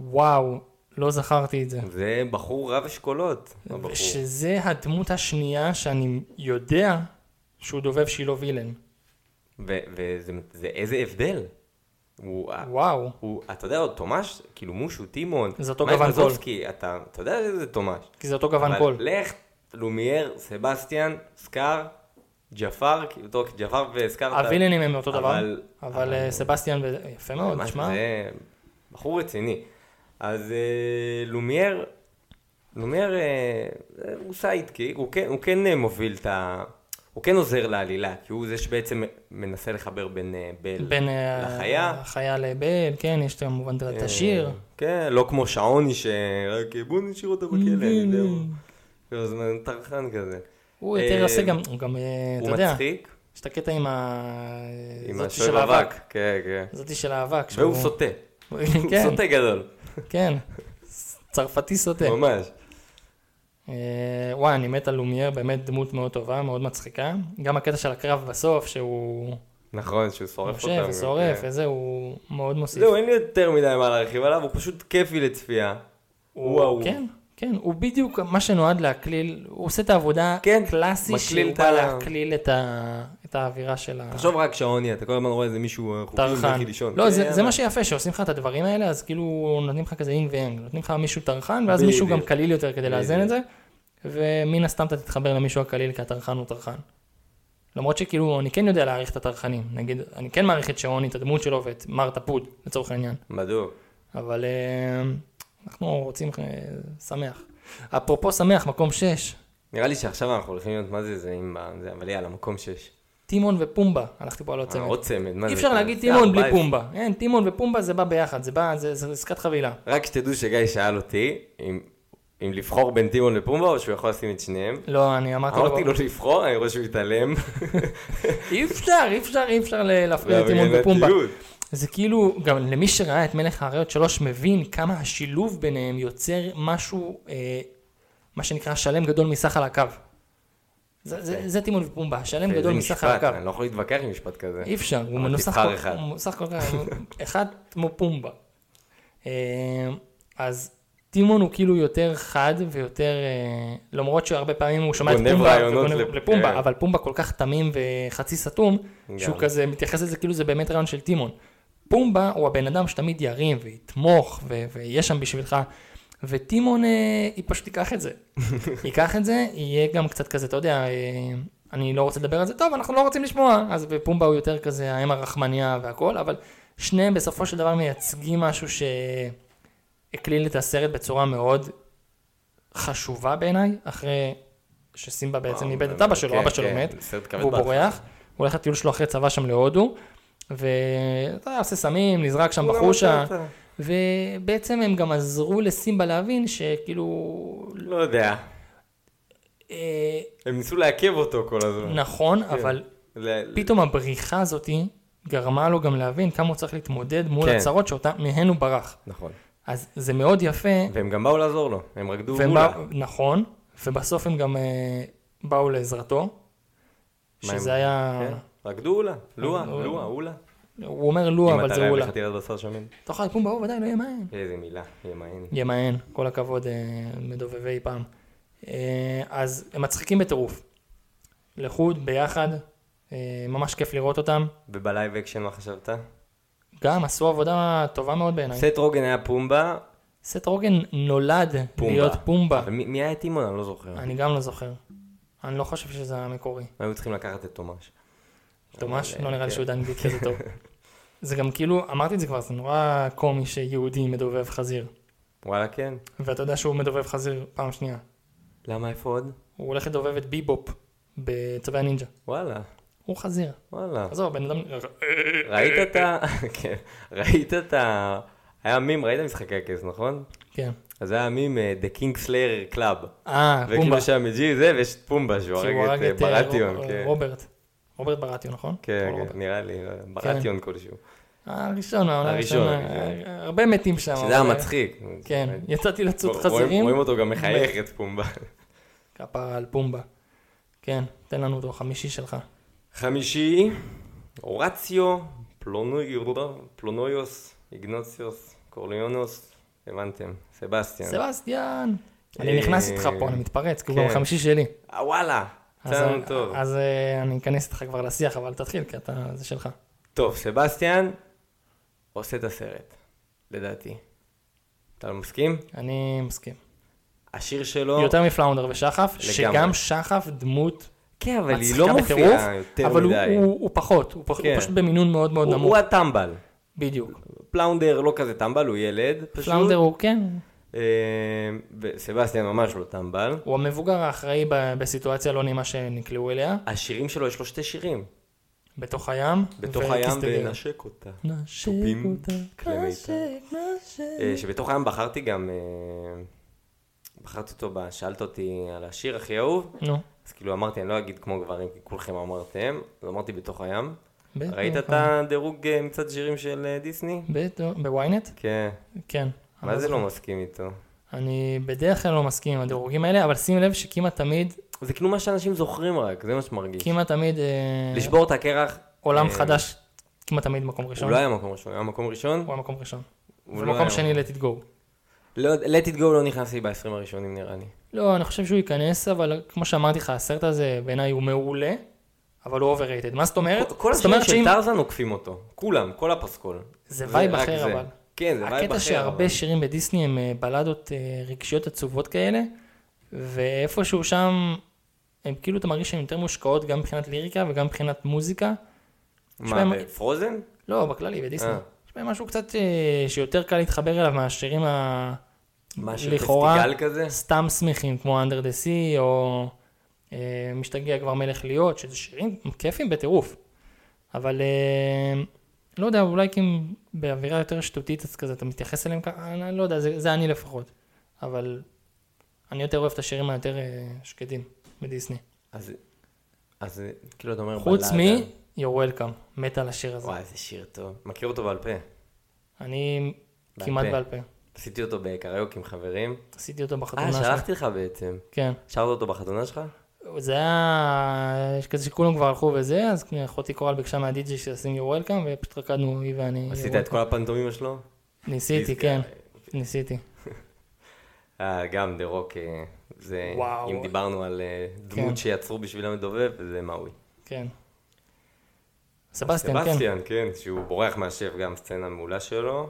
Speaker 3: וואו, לא זכרתי את זה.
Speaker 4: זה בחור רב אשכולות, הבחור.
Speaker 3: שזה הדמות השנייה שאני יודע שהוא דובב שהיא לא וילן.
Speaker 4: ו- וזה זה- איזה הבדל. הוא, אה,
Speaker 3: וואו.
Speaker 4: הוא, אתה יודע, עוד תומש, כאילו מושו, טימון,
Speaker 3: זה אותו
Speaker 4: מייק
Speaker 3: גוון קול.
Speaker 4: מזובסקי, אתה, אתה יודע שזה תומש.
Speaker 3: כי זה אותו גוון
Speaker 4: אבל לא,
Speaker 3: קול.
Speaker 4: לך, לומייר, סבסטיאן, סקאר, ג'פר, כאילו, טוב, ג'פר וסקאר. אתה-
Speaker 3: הווילנים הם אותו דבר,
Speaker 4: אבל-
Speaker 3: אבל אה, סבסטיאן, ו- יפה מאוד,
Speaker 4: ממש,
Speaker 3: שמע,
Speaker 4: זה בחור רציני. אז אה, לומייר, לומייר אה, הוא סיידקיק, הוא כן, הוא כן אה, מוביל את ה... הוא כן עוזר לעלילה, כי הוא זה שבעצם מנסה לחבר בין אה, בל
Speaker 3: בין אה,
Speaker 4: לחיה.
Speaker 3: החיה לבל, כן, יש כמובן את השיר,
Speaker 4: אה, כן, לא כמו שעוני שרק אה, בוא נשאיר אותו בכלא, אני יודע. הוא- כל הזמן טרחן כזה.
Speaker 3: הוא
Speaker 4: אה,
Speaker 3: יותר עושה גם, הוא גם, אה, אתה
Speaker 4: הוא
Speaker 3: יודע,
Speaker 4: מצחיק,
Speaker 3: יש את הקטע עם ה...
Speaker 4: עם
Speaker 3: זאתי
Speaker 4: השואב
Speaker 3: של האבק.
Speaker 4: אבק. כן, כן.
Speaker 3: זאתי של האבק.
Speaker 4: והוא
Speaker 3: שהוא-
Speaker 4: סוטה. הוא
Speaker 3: כן,
Speaker 4: סוטה גדול,
Speaker 3: כן, צרפתי סוטה.
Speaker 4: ממש.
Speaker 3: אה, וואי, אני מת על לומייר, באמת דמות מאוד טובה, מאוד מצחיקה. גם הקטע של הקרב בסוף, שהוא
Speaker 4: נכון, שהוא שורף אותם.
Speaker 3: משה ושורף,
Speaker 4: כן.
Speaker 3: וזה, הוא מאוד מוסיף.
Speaker 4: זהו, אין לי יותר מדי מה להרחיב עליו, הוא פשוט כיפי לצפייה. וואו.
Speaker 3: כן, כן, הוא בדיוק מה שנועד להקליל, הוא עושה את העבודה
Speaker 4: כן,
Speaker 3: קלאסי,
Speaker 4: מקליל
Speaker 3: שהוא
Speaker 4: את
Speaker 3: בא
Speaker 4: ה-
Speaker 3: להקליל את ה- את האווירה של ה...
Speaker 4: תחשוב רק שעוני, אתה כל הזמן רואה איזה מישהו אה, חוקי
Speaker 3: טרחן.
Speaker 4: מזרחי לישון.
Speaker 3: לא, זה,
Speaker 4: כן,
Speaker 3: זה מה שיפה, שעושים לך את הדברים האלה, אז כאילו נותנים לך כזה אינג ואינג, נותנים לך מישהו טרחן, ואז
Speaker 4: בדיוק.
Speaker 3: מישהו גם קליל יותר כדי לאזן את זה,
Speaker 4: בדיוק.
Speaker 3: ומן הסתם אתה תתחבר למישהו הקליל, כי הטרחן הוא טרחן. למרות שכאילו, אני כן יודע להעריך את הטרחנים, נגיד, אני כן מעריך את שעוני, את הדמות שלו ואת מר תפוד, לצורך העניין,
Speaker 4: בדיוק.
Speaker 3: אבל אה, אנחנו רוצים אה, שמח. אפרופו שמח, מקום 6,
Speaker 4: נראה לי שעכשיו אנחנו הולכים להיות מה זה זה עם ה- זה, אבל יאללה, מקום שש.
Speaker 3: טימון ופומבה, הלכתי פה על עוד
Speaker 4: אה,
Speaker 3: צמד.
Speaker 4: עוד צמד, מה זה?
Speaker 3: אי אפשר
Speaker 4: זה?
Speaker 3: להגיד
Speaker 4: זה
Speaker 3: טימון בלי
Speaker 4: 14.
Speaker 3: פומבה, אין, טימון ופומבה זה בא ביחד, זה בא, זה זה עסקת חבילה.
Speaker 4: רק שתדעו שגיא שאל אותי אם- אם לבחור בין טימון לפומבה או שהוא יכול לשים את שניהם.
Speaker 3: לא, אני אמרתי לו...
Speaker 4: אמרתי לו לבחור, אני רואה שהוא התעלם.
Speaker 3: אי אפשר, אי אפשר, אי אפשר ל- להפריד
Speaker 4: לא,
Speaker 3: את טימון ופומבה.
Speaker 4: בהגנתיות.
Speaker 3: זה כאילו, גם למי שראה את מלך האריות 3 מבין כמה השילוב ביניהם יוצר משהו, אה, מה שנקרא שלם גדול מסך על הקו. זה- זה זה טימון ופומבה, שלם
Speaker 4: איזה
Speaker 3: גדול מסך על
Speaker 4: אוקיי. משפט,
Speaker 3: הקו.
Speaker 4: אני לא יכול להתווכח עם משפט כזה.
Speaker 3: אי אפשר, הוא
Speaker 4: אבל
Speaker 3: מנוסח
Speaker 4: תבחר
Speaker 3: כל-
Speaker 4: אחד.
Speaker 3: הוא מנוסח כל כך, אחד כמו פומבה. אה, אז טימון הוא כאילו יותר חד ויותר, אה, למרות שהרבה פעמים הוא שומע את
Speaker 4: גונב
Speaker 3: פומבה,
Speaker 4: רעיונות
Speaker 3: וגונב
Speaker 4: לפ- כן.
Speaker 3: לפומבה, אבל פומבה כל כך תמים וחצי סתום, שהוא
Speaker 4: גם.
Speaker 3: כזה מתייחס לזה כאילו זה באמת רעיון של טימון. פומבה הוא הבן אדם שתמיד ירים ויתמוך ו- ויהיה שם בשבילך, וטימון אה, היא פשוט תיקח את זה. ייקח את זה, יהיה גם קצת כזה, אתה יודע, אה, אני לא רוצה לדבר על זה, טוב, אנחנו לא רוצים לשמוע, אז בפומבה הוא יותר כזה האם הרחמניה והכל, אבל שניהם בסופו של דבר מייצגים משהו שהקליל את הסרט בצורה מאוד חשובה בעיניי, אחרי שסימבה בעצם
Speaker 4: וואו,
Speaker 3: איבד את
Speaker 4: באמת,
Speaker 3: אבא שלו,
Speaker 4: כן,
Speaker 3: אבא שלו
Speaker 4: כן,
Speaker 3: מת,
Speaker 4: סרט כבד
Speaker 3: והוא
Speaker 4: בהתחלה.
Speaker 3: בורח, הוא הולך לטיול שלו אחרי צבא שם להודו, ואתה יודע, עושה סמים, נזרק
Speaker 4: לא
Speaker 3: שם בחושה, ובעצם הם גם עזרו לסימבה להבין שכאילו,
Speaker 4: לא יודע.
Speaker 3: אה,
Speaker 4: הם ניסו לעכב אותו כל הזמן.
Speaker 3: נכון, אבל
Speaker 4: ל-
Speaker 3: פתאום הבריחה הזאתי גרמה לו גם להבין כמה הוא צריך להתמודד מול
Speaker 4: כן.
Speaker 3: הצרות שאותה מהן הוא ברח.
Speaker 4: נכון.
Speaker 3: אז זה מאוד יפה,
Speaker 4: והם גם באו לעזור לו, הם רקדו
Speaker 3: והם
Speaker 4: מולה.
Speaker 3: באו- נכון, ובסוף הם גם אה, באו לעזרתו,
Speaker 4: מה הם-
Speaker 3: שזה היה,
Speaker 4: כן, רקדו אולה, לואה,
Speaker 3: לא.
Speaker 4: לואה, אולה.
Speaker 3: הוא אומר לו,
Speaker 4: אם
Speaker 3: אבל
Speaker 4: אתה
Speaker 3: זה
Speaker 4: רעב
Speaker 3: אולה.
Speaker 4: לך תראה בשר שמן.
Speaker 3: אתה יכול לקום באור ודאי, לא ימהן.
Speaker 4: איזה מילה, ימיין.
Speaker 3: ימהן, כל הכבוד, אה, מדובבי פעם. אה, אז הם מצחיקים בטירוף. לחוד, ביחד, אה, ממש כיף לראות אותם.
Speaker 4: ובלייב אקשן מה חשבת?
Speaker 3: גם עשו עבודה טובה מאוד בעיניי.
Speaker 4: סט רוגן היה פומבה,
Speaker 3: סט רוגן נולד
Speaker 4: פומבה.
Speaker 3: להיות פומבה.
Speaker 4: אבל מי מי היה טימון? אני לא זוכר.
Speaker 3: אה. אני גם לא זוכר. אני לא חושב שזה המקורי.
Speaker 4: היו צריכים לקחת את תומש.
Speaker 3: תומש,
Speaker 4: אבל,
Speaker 3: לא נראה לי
Speaker 4: כן.
Speaker 3: שהוא דן גיט כזה טוב. זה גם כאילו, אמרתי את זה כבר, זה נורא קומי שיהודי מדובב חזיר.
Speaker 4: וואלה כן.
Speaker 3: ואתה יודע שהוא מדובב חזיר פעם שנייה.
Speaker 4: למה איפה עוד?
Speaker 3: הוא הולך לדובב את ביבופ בצווי הנינג'ה.
Speaker 4: וואלה,
Speaker 3: הוא חזיר.
Speaker 4: וואלה. אה,
Speaker 3: עזוב, בן אדם...
Speaker 4: ראית את ה... כן. ראית את ה... היה מים, ראית משחקי הכס, נכון?
Speaker 3: כן.
Speaker 4: אז היה מים אה, The King Slayer Club.
Speaker 3: אה, פומבה.
Speaker 4: וכאילו שהמג'י זה, ויש את פומבה שהוא הרג
Speaker 3: שהוא
Speaker 4: את אה,
Speaker 3: אה,
Speaker 4: ברטיון.
Speaker 3: רוב-
Speaker 4: כן.
Speaker 3: רוברט. רוברט ברטיון, נכון?
Speaker 4: כן,
Speaker 3: או
Speaker 4: כן,
Speaker 3: רוברט.
Speaker 4: נראה לי, לא יודע, ברטיון כלשהו.
Speaker 3: הראשון, העונה
Speaker 4: הראשון, כן.
Speaker 3: הראשונה.
Speaker 4: הראשון.
Speaker 3: אה, הרבה מתים שם.
Speaker 4: שזה
Speaker 3: אבל- אה,
Speaker 4: היה מצחיק.
Speaker 3: כן, יצאתי לצוד
Speaker 4: רואים-
Speaker 3: חזירים,
Speaker 4: רואים אותו גם מחייך את פומבה.
Speaker 3: כפרה על פומבה. כן, תן לנו אותו, חמישי שלך.
Speaker 4: חמישי, אורציו, פלונו- פלונויוס, איגנוציוס, קורליונוס, הבנתם, סבסטיאן.
Speaker 3: סבסטיאן.
Speaker 4: כן. אה,
Speaker 3: אני נכנס איתך פה, אני מתפרץ, כי הוא
Speaker 4: כן.
Speaker 3: גם חמישי שלי.
Speaker 4: אה, וואלה,
Speaker 3: אז-
Speaker 4: יצאנו טוב.
Speaker 3: אז אה, אני אכנס איתך כבר לשיח, אבל תתחיל, כי אתה, זה שלך.
Speaker 4: טוב, סבסטיאן עושה את הסרט, לדעתי. אתה לא מסכים?
Speaker 3: אני מסכים.
Speaker 4: השיר שלו...
Speaker 3: יותר מפלאונדר ושחף, שגם
Speaker 4: לגמרי.
Speaker 3: שחף דמות
Speaker 4: כן, אבל היא
Speaker 3: מצחיקה
Speaker 4: לא
Speaker 3: בטירוף,
Speaker 4: מופיעה יותר
Speaker 3: אבל הוא-
Speaker 4: מדי.
Speaker 3: הוא הוא פחות, הוא פח- הוא
Speaker 4: כן.
Speaker 3: פשוט במינון מאוד מאוד
Speaker 4: הוא-
Speaker 3: נמוך.
Speaker 4: הוא הטמבל.
Speaker 3: בדיוק.
Speaker 4: פלאונדר לא כזה טמבל, הוא ילד. פשוט.
Speaker 3: פלאונדר הוא, כן,
Speaker 4: אה, וסבסטיאן ממש לא טמבל.
Speaker 3: הוא המבוגר האחראי ב- בסיטואציה לא נעימה שנקלעו אליה,
Speaker 4: השירים שלו, יש לו שתי שירים.
Speaker 3: בתוך הים.
Speaker 4: בתוך
Speaker 3: וכיס
Speaker 4: הים
Speaker 3: תגר.
Speaker 4: ונשק אותה.
Speaker 3: נשק
Speaker 4: תופים,
Speaker 3: אותה,
Speaker 4: כלי
Speaker 3: נשק, נשק.
Speaker 4: אה, שבתוך הים בחרתי גם... אה, בחרתי אותו, ב- שאלת אותי על השיר הכי אהוב.
Speaker 3: נו,
Speaker 4: אז כאילו אמרתי, אני לא אגיד כמו גברים, כי כולכם אמרתם. אז אמרתי בתוך הים.
Speaker 3: בטח.
Speaker 4: ראית את הדירוג אה, מצד שירים של אה, דיסני?
Speaker 3: בטח, בוויינט?
Speaker 4: כן.
Speaker 3: כן.
Speaker 4: מה זה לא מסכים איתו?
Speaker 3: אני בדרך כלל לא מסכים עם הדירוגים האלה, אבל שים לב שכמעט תמיד,
Speaker 4: זה כאילו מה שאנשים זוכרים רק, זה מה שמרגיש.
Speaker 3: כמעט תמיד כן, אה,
Speaker 4: לשבור את הקרח,
Speaker 3: עולם
Speaker 4: אה,
Speaker 3: חדש, כמעט תמיד מקום ראשון.
Speaker 4: הוא לא היה מקום ראשון, הוא היה מקום ראשון.
Speaker 3: הוא היה מקום ראשון.
Speaker 4: הוא לא
Speaker 3: ומקום
Speaker 4: היה-
Speaker 3: שני let it go.
Speaker 4: לא, let it go לא נכנס לי ב-20 הראשונים נראה לי.
Speaker 3: לא, אני חושב שהוא ייכנס, אבל כמו שאמרתי לך, הסרט הזה בעיניי הוא מעולה, אבל הוא overrated. מה זאת אומרת?
Speaker 4: כל- כל
Speaker 3: זאת אומרת
Speaker 4: השירים של
Speaker 3: שאם-
Speaker 4: טרזן עוקפים אותו, כולם, כל הפסקול.
Speaker 3: זה וייב
Speaker 4: רק
Speaker 3: אחר
Speaker 4: זה.
Speaker 3: אבל.
Speaker 4: כן, זה וייב אחר.
Speaker 3: הקטע
Speaker 4: אבל.
Speaker 3: שהרבה שירים בדיסני הם אה, בלדות אה, רגשיות עצובות כאלה, ואיפשהו שם, הם כאילו אתה מרגיש שהן יותר מושקעות גם מבחינת ליריקה וגם מבחינת מוזיקה. יש
Speaker 4: מה,
Speaker 3: בהם-
Speaker 4: בפרוזן?
Speaker 3: לא, בכללי, בדיסני.
Speaker 4: אה.
Speaker 3: יש בהם משהו קצת אה, שיותר קל להתחבר אליו מהשירים ה...
Speaker 4: משהו
Speaker 3: לכאורה,
Speaker 4: פסטיגל כזה?
Speaker 3: סתם שמחים, כמו under the sea, או אה, משתגע כבר מלך להיות, שזה שירים כיפים בטירוף. אבל אה, לא יודע, אולי כי הם באווירה יותר שטותית, אז כזה אתה מתייחס אליהם ככה, אני לא יודע, זה, זה אני לפחות. אבל אני יותר אוהב את השירים היותר אה, שקטים בדיסני.
Speaker 4: אז, אז כאילו אתה אומר...
Speaker 3: חוץ מ...
Speaker 4: בלאדה.
Speaker 3: You're welcome, מת על השיר הזה.
Speaker 4: וואי, איזה שיר טוב. מכיר אותו בעל פה.
Speaker 3: אני
Speaker 4: בעל
Speaker 3: כמעט
Speaker 4: פה.
Speaker 3: בעל פה.
Speaker 4: עשיתי אותו בקריוקי עם חברים.
Speaker 3: עשיתי אותו בחתונה
Speaker 4: אה,
Speaker 3: שלי.
Speaker 4: שלחתי לך בעצם.
Speaker 3: כן.
Speaker 4: שרת אותו בחתונה שלך?
Speaker 3: זה היה כזה שכולם כבר הלכו וזה, אז כן, אחותי קורל ביקשה מהדיג'י שישים יו וולקאם, ופשוט רקדנו היא ואני.
Speaker 4: עשית את כל הפנטומימה שלו?
Speaker 3: ניסיתי,
Speaker 4: דיסק.
Speaker 3: כן, ניסיתי.
Speaker 4: אה, גם דה רוק, אה, זה,
Speaker 3: וואו.
Speaker 4: אם דיברנו על אה,
Speaker 3: כן.
Speaker 4: דמות שיצרו בשביל המדובב, זה מאוי.
Speaker 3: כן. סבסטיאן, כן.
Speaker 4: אה, סבסטיאן, כן, שהוא בורח מהשף, גם סצנה מעולה שלו.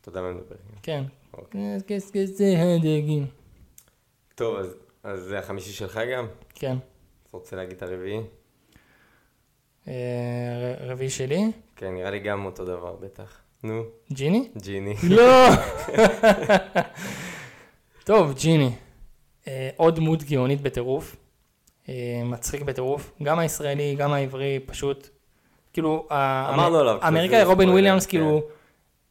Speaker 4: תודה מה אני מדבר.
Speaker 3: כן.
Speaker 4: אוקיי.
Speaker 3: כס כס זה הדגים.
Speaker 4: טוב, אז- אז זה החמישי שלך גם?
Speaker 3: כן.
Speaker 4: אתה רוצה להגיד את הרביעי?
Speaker 3: אה, ר- רביעי שלי,
Speaker 4: כן, נראה לי גם אותו דבר בטח. נו,
Speaker 3: ג'יני?
Speaker 4: ג'יני.
Speaker 3: לא! טוב, ג'יני. אה, עוד דמות גאונית בטירוף. אה, מצחיק בטירוף. גם הישראלי, גם העברי, פשוט... כאילו, ה-
Speaker 4: אמרנו עליו,
Speaker 3: האמריקאי
Speaker 4: זה
Speaker 3: רובין
Speaker 4: ספוילר,
Speaker 3: וויליאמס,
Speaker 4: כן.
Speaker 3: כאילו,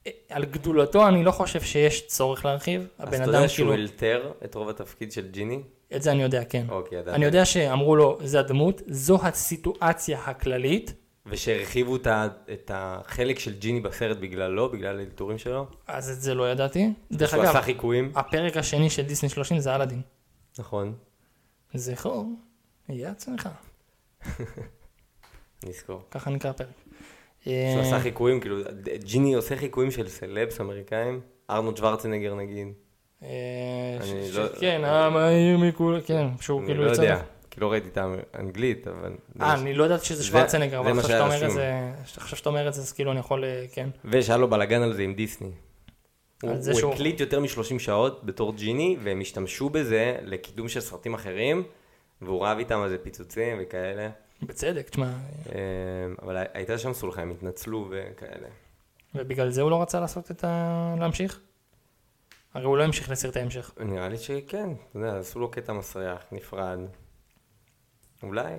Speaker 3: אה, על גדולתו אני לא חושב שיש צורך להרחיב.
Speaker 4: אז
Speaker 3: הבן
Speaker 4: אתה יודע
Speaker 3: אדם,
Speaker 4: שהוא
Speaker 3: כאילו,
Speaker 4: אלתר את רוב התפקיד של ג'יני?
Speaker 3: את זה אני יודע, כן.
Speaker 4: אוקיי, ידעתי.
Speaker 3: אני יודע שאמרו לו, זה הדמות, זו הסיטואציה הכללית.
Speaker 4: ושהרחיבו את ה- את החלק של ג'יני בסרט בגללו, בגלל האלתורים שלו?
Speaker 3: אז את זה לא ידעתי. דרך
Speaker 4: שהוא עשה
Speaker 3: אגב,
Speaker 4: חיקויים?
Speaker 3: הפרק השני של דיסני 30 זה אלאדין.
Speaker 4: נכון,
Speaker 3: זכור, יהיה עצמך.
Speaker 4: נזכור.
Speaker 3: ככה נקרא הפרק.
Speaker 4: שהוא
Speaker 3: אה,
Speaker 4: עשה חיקויים, כאילו, ג'יני עושה חיקויים של סלבס אמריקאים, ארנולד שוורצנגר נגיד,
Speaker 3: אה, ש-
Speaker 4: אני
Speaker 3: ש-
Speaker 4: לא-
Speaker 3: כן, העם העיר מכולם, כן, שהוא
Speaker 4: אני
Speaker 3: כאילו
Speaker 4: לא
Speaker 3: יוצא.
Speaker 4: יודע, כי לא ראיתי את האנגלית, אבל...
Speaker 3: אה, אני לא יודעת שזה
Speaker 4: זה-
Speaker 3: שוורצנגר, אבל
Speaker 4: זה מה
Speaker 3: עכשיו
Speaker 4: שהיה
Speaker 3: שאתה אומר את
Speaker 4: רשום.
Speaker 3: זה, עכשיו שאתה אומר את זה, אז כאילו אני יכול, אה, כן.
Speaker 4: ושהיה לו בלאגן על זה עם דיסני.
Speaker 3: על
Speaker 4: הוא
Speaker 3: זה
Speaker 4: הוא
Speaker 3: שהוא-
Speaker 4: הקליט יותר מ-30 שעות בתור ג'יני, והם השתמשו בזה לקידום של סרטים אחרים, והוא רב איתם על זה פיצוצים וכאלה,
Speaker 3: בצדק, תשמע,
Speaker 4: אה, אבל הייתה שם סולחה, הם התנצלו וכאלה.
Speaker 3: ובגלל זה הוא לא רצה לעשות את ה... להמשיך? הרי הוא לא המשיך לסרטי המשך.
Speaker 4: נראה לי שכן, אתה יודע, עשו לו קטע מסריח, נפרד. אולי,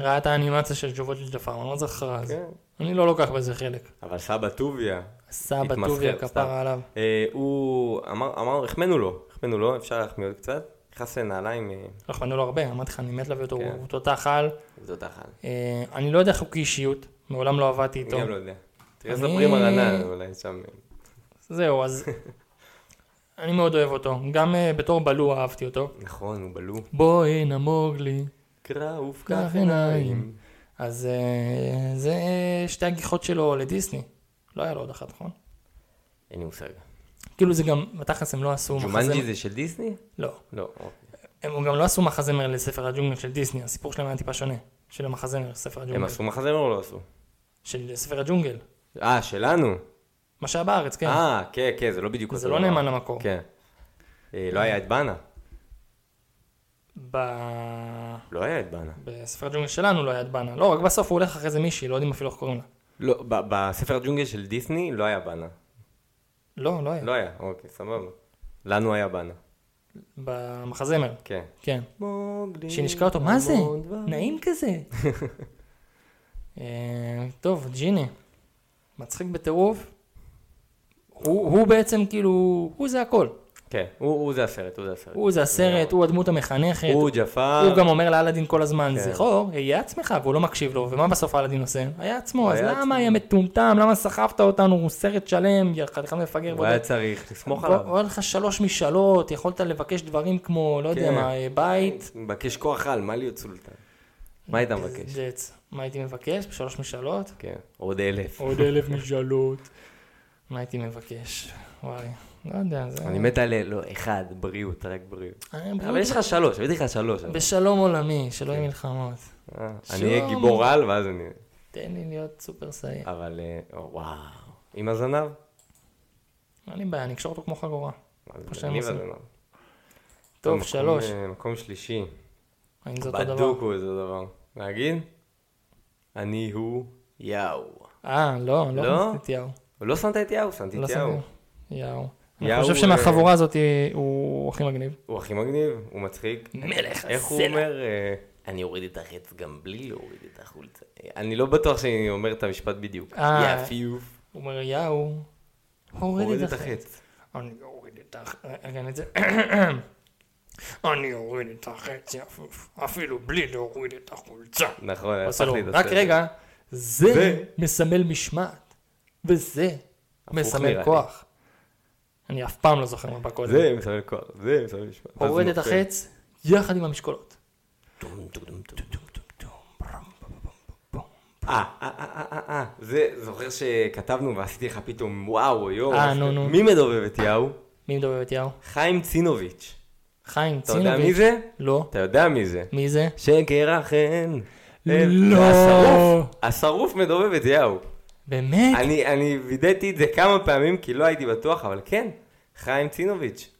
Speaker 3: ראה את האנימציה של ג'ובוט ג'פר, מה זה חרא? זה?
Speaker 4: כן.
Speaker 3: לא אני לא לוקח בזה חלק.
Speaker 4: אבל סבא טוביה.
Speaker 3: סבא
Speaker 4: התמסחר,
Speaker 3: טוביה,
Speaker 4: סתם.
Speaker 3: כפרה עליו.
Speaker 4: אה, הוא אמר, אמר, החמאנו לו, החמאנו לו, אפשר להחמיא עוד קצת. נכנס לנעליים, אה,
Speaker 3: רחמנו נכון, לו הרבה, אמרתי לך, אני מת להביא אותו,
Speaker 4: כן.
Speaker 3: הוא תותח על.
Speaker 4: זאת אחת.
Speaker 3: אה, אני לא יודע איך הוא כאישיות, מעולם לא עבדתי
Speaker 4: אני
Speaker 3: איתו.
Speaker 4: גם לא יודע. תראה,
Speaker 3: אני-
Speaker 4: ספרים על ענן, אולי שם. אה,
Speaker 3: זהו, אז אני מאוד אוהב אותו. גם אה, בתור בלוע אהבתי אותו.
Speaker 4: נכון, הוא בלו.
Speaker 3: בואי נמוג לי.
Speaker 4: קראוף
Speaker 3: כך
Speaker 4: כך
Speaker 3: עיניים.
Speaker 4: עיניים.
Speaker 3: אז אה, זה אה, שתי הגיחות שלו לדיסני. לא היה לו עוד אחת, נכון?
Speaker 4: אין לי מושג.
Speaker 3: כאילו זה גם, בתכלס הם לא עשו
Speaker 4: ג'ומנג'י
Speaker 3: מחזמר.
Speaker 4: זה של דיסני?
Speaker 3: לא.
Speaker 4: לא. אוקיי.
Speaker 3: הם גם לא עשו מחזמר לספר הג'ונגל של דיסני, הסיפור שלהם היה טיפה שונה. של המחזמר, ספר
Speaker 4: הם
Speaker 3: הג'ונגל.
Speaker 4: עשו מחזמר או לא עשו?
Speaker 3: של ספר הג'ונגל.
Speaker 4: אה, שלנו?
Speaker 3: מה שהיה בארץ, כן.
Speaker 4: אה, כן, כן, זה לא בדיוק
Speaker 3: זה
Speaker 4: אותו
Speaker 3: לא
Speaker 4: דבר.
Speaker 3: נאמן למקור.
Speaker 4: כן. אה, לא היה את בנה.
Speaker 3: ב...
Speaker 4: לא היה את בנה.
Speaker 3: בספר הג'ונגל שלנו לא היה את בנה. לא, רק בסוף הוא הולך אחרי זה מישהי, לא יודעים אפילו איך קוראים לה.
Speaker 4: לא, ב- בספר הג'ונגל של דיסני לא היה בנה.
Speaker 3: לא, לא היה.
Speaker 4: לא היה, אוקיי, סבבה. לנו היה בנה.
Speaker 3: במחזמר,
Speaker 4: כן.
Speaker 3: כן.
Speaker 4: מוגלי.
Speaker 3: שהיא נשקה אותו, מה זה?
Speaker 4: המון דברים.
Speaker 3: נעים כזה. אה, טוב, ג'יני. מצחיק בטירוף.
Speaker 4: אה.
Speaker 3: הוא הוא בעצם כאילו, הוא זה הכל.
Speaker 4: כן, הוא הוא זה הסרט, הוא זה הסרט.
Speaker 3: הוא זה הסרט, הוא הדמות המחנכת.
Speaker 4: הוא ג'פר.
Speaker 3: הוא גם אומר לאלאדין כל הזמן,
Speaker 4: כן.
Speaker 3: זכור, היה עצמך, והוא לא מקשיב לו, ומה בסוף אלאדין עושה? היה עצמו,
Speaker 4: הוא
Speaker 3: אז
Speaker 4: היה עצמו.
Speaker 3: למה היה מטומטם, למה סחבת אותנו, הוא סרט שלם, יא חתיכת מפגר.
Speaker 4: הוא
Speaker 3: בודד."
Speaker 4: היה צריך לסמוך
Speaker 3: בוא,
Speaker 4: עליו.
Speaker 3: היה לך שלוש משאלות, יכולת לבקש דברים כמו, לא יודע
Speaker 4: כן.
Speaker 3: מה, אה, בית.
Speaker 4: מבקש כוח על, מה להיות סולטן? מה היית מבקש?
Speaker 3: זץ. מה הייתי מבקש? שלוש משאלות?
Speaker 4: כן, עוד אלף.
Speaker 3: עוד אלף משאלות. מה הייתי מבקש? וואי, לא יודע, זה...
Speaker 4: אני מת על אה, לא, אחד, בריאות, רק בריאות.
Speaker 3: אני
Speaker 4: אבל יש לך כן. שלוש, הבאתי לך שלוש. אבל.
Speaker 3: בשלום עולמי, שלא יהיו מלחמות.
Speaker 4: אה, אני אהיה
Speaker 3: שום.
Speaker 4: גיבור על, ואז אני...
Speaker 3: תן לי להיות סופר סאי.
Speaker 4: אבל אה, וואו. עם הזנב?
Speaker 3: אין לי בעיה, אני אקשור אותו כמו חגורה.
Speaker 4: אז
Speaker 3: כמו שהם
Speaker 4: אני
Speaker 3: עושים.
Speaker 4: והזנב.
Speaker 3: טוב,
Speaker 4: מקום,
Speaker 3: שלוש.
Speaker 4: אה, מקום שלישי.
Speaker 3: האם זה אותו דבר?
Speaker 4: בדוק הוא איזה דבר. להגיד? אני הוא יאו.
Speaker 3: אה, לא, לא
Speaker 4: לא?
Speaker 3: הכנסתי את יאו.
Speaker 4: לא שמת את יאו, שמתי
Speaker 3: לא
Speaker 4: את יאו.
Speaker 3: שמתי. יאו. אני
Speaker 4: יאו,
Speaker 3: חושב
Speaker 4: אה,
Speaker 3: שמהחבורה הזאת אה, הוא הכי מגניב.
Speaker 4: הוא הכי מגניב, הוא מצחיק.
Speaker 3: מלך
Speaker 4: איך הוא
Speaker 3: הסלע.
Speaker 4: אומר? אה, אני אוריד את החץ גם בלי להוריד את החולצה. אה, אני לא בטוח שאני אומר את המשפט בדיוק.
Speaker 3: אה.
Speaker 4: יפיוף.
Speaker 3: הוא אומר, יאו,
Speaker 4: הוריד את החץ.
Speaker 3: אני אוריד את החץ, רגע, אני כן, את זה. אני אוריד את החץ יפוף, אפילו בלי להוריד את החולצה.
Speaker 4: נכון,
Speaker 3: עושה לו,
Speaker 4: הפכתי את
Speaker 3: רק
Speaker 4: הסדר.
Speaker 3: רגע, זה
Speaker 4: זה-
Speaker 3: מסמל משמעת, וזה
Speaker 4: נראה
Speaker 3: מסמל
Speaker 4: לי.
Speaker 3: כוח. אני אף פעם לא זוכר מה בא קודם.
Speaker 4: זה מסמל כוח, זה מסמל משפט.
Speaker 3: הוריד את
Speaker 4: אז אוקיי. נופל.
Speaker 3: החץ יחד עם המשקולות.
Speaker 4: טום, טום, טום, טום, טום, טום, טום, ברם, ברם, ברם, ברם. אה, אה, אה, אה, אה, זה, זוכר שכתבנו ועשיתי לך פתאום, וואו, יואו.
Speaker 3: אה, נו, נו.
Speaker 4: מי מדובב את יאו?
Speaker 3: מי מדובב את יאו?
Speaker 4: חיים צינוביץ'.
Speaker 3: חיים
Speaker 4: אתה יודע
Speaker 3: צינוביץ'.
Speaker 4: מי זה?
Speaker 3: לא.
Speaker 4: אתה יודע מי זה.
Speaker 3: מי זה?
Speaker 4: שקר אכן. אה,
Speaker 3: לא.
Speaker 4: השרוף, השרוף מדובב את יאו.
Speaker 3: באמת?
Speaker 4: אני, אני וידאתי את זה כמה פעמים כי לא הייתי בטוח, אבל כן, חיים צינוביץ'.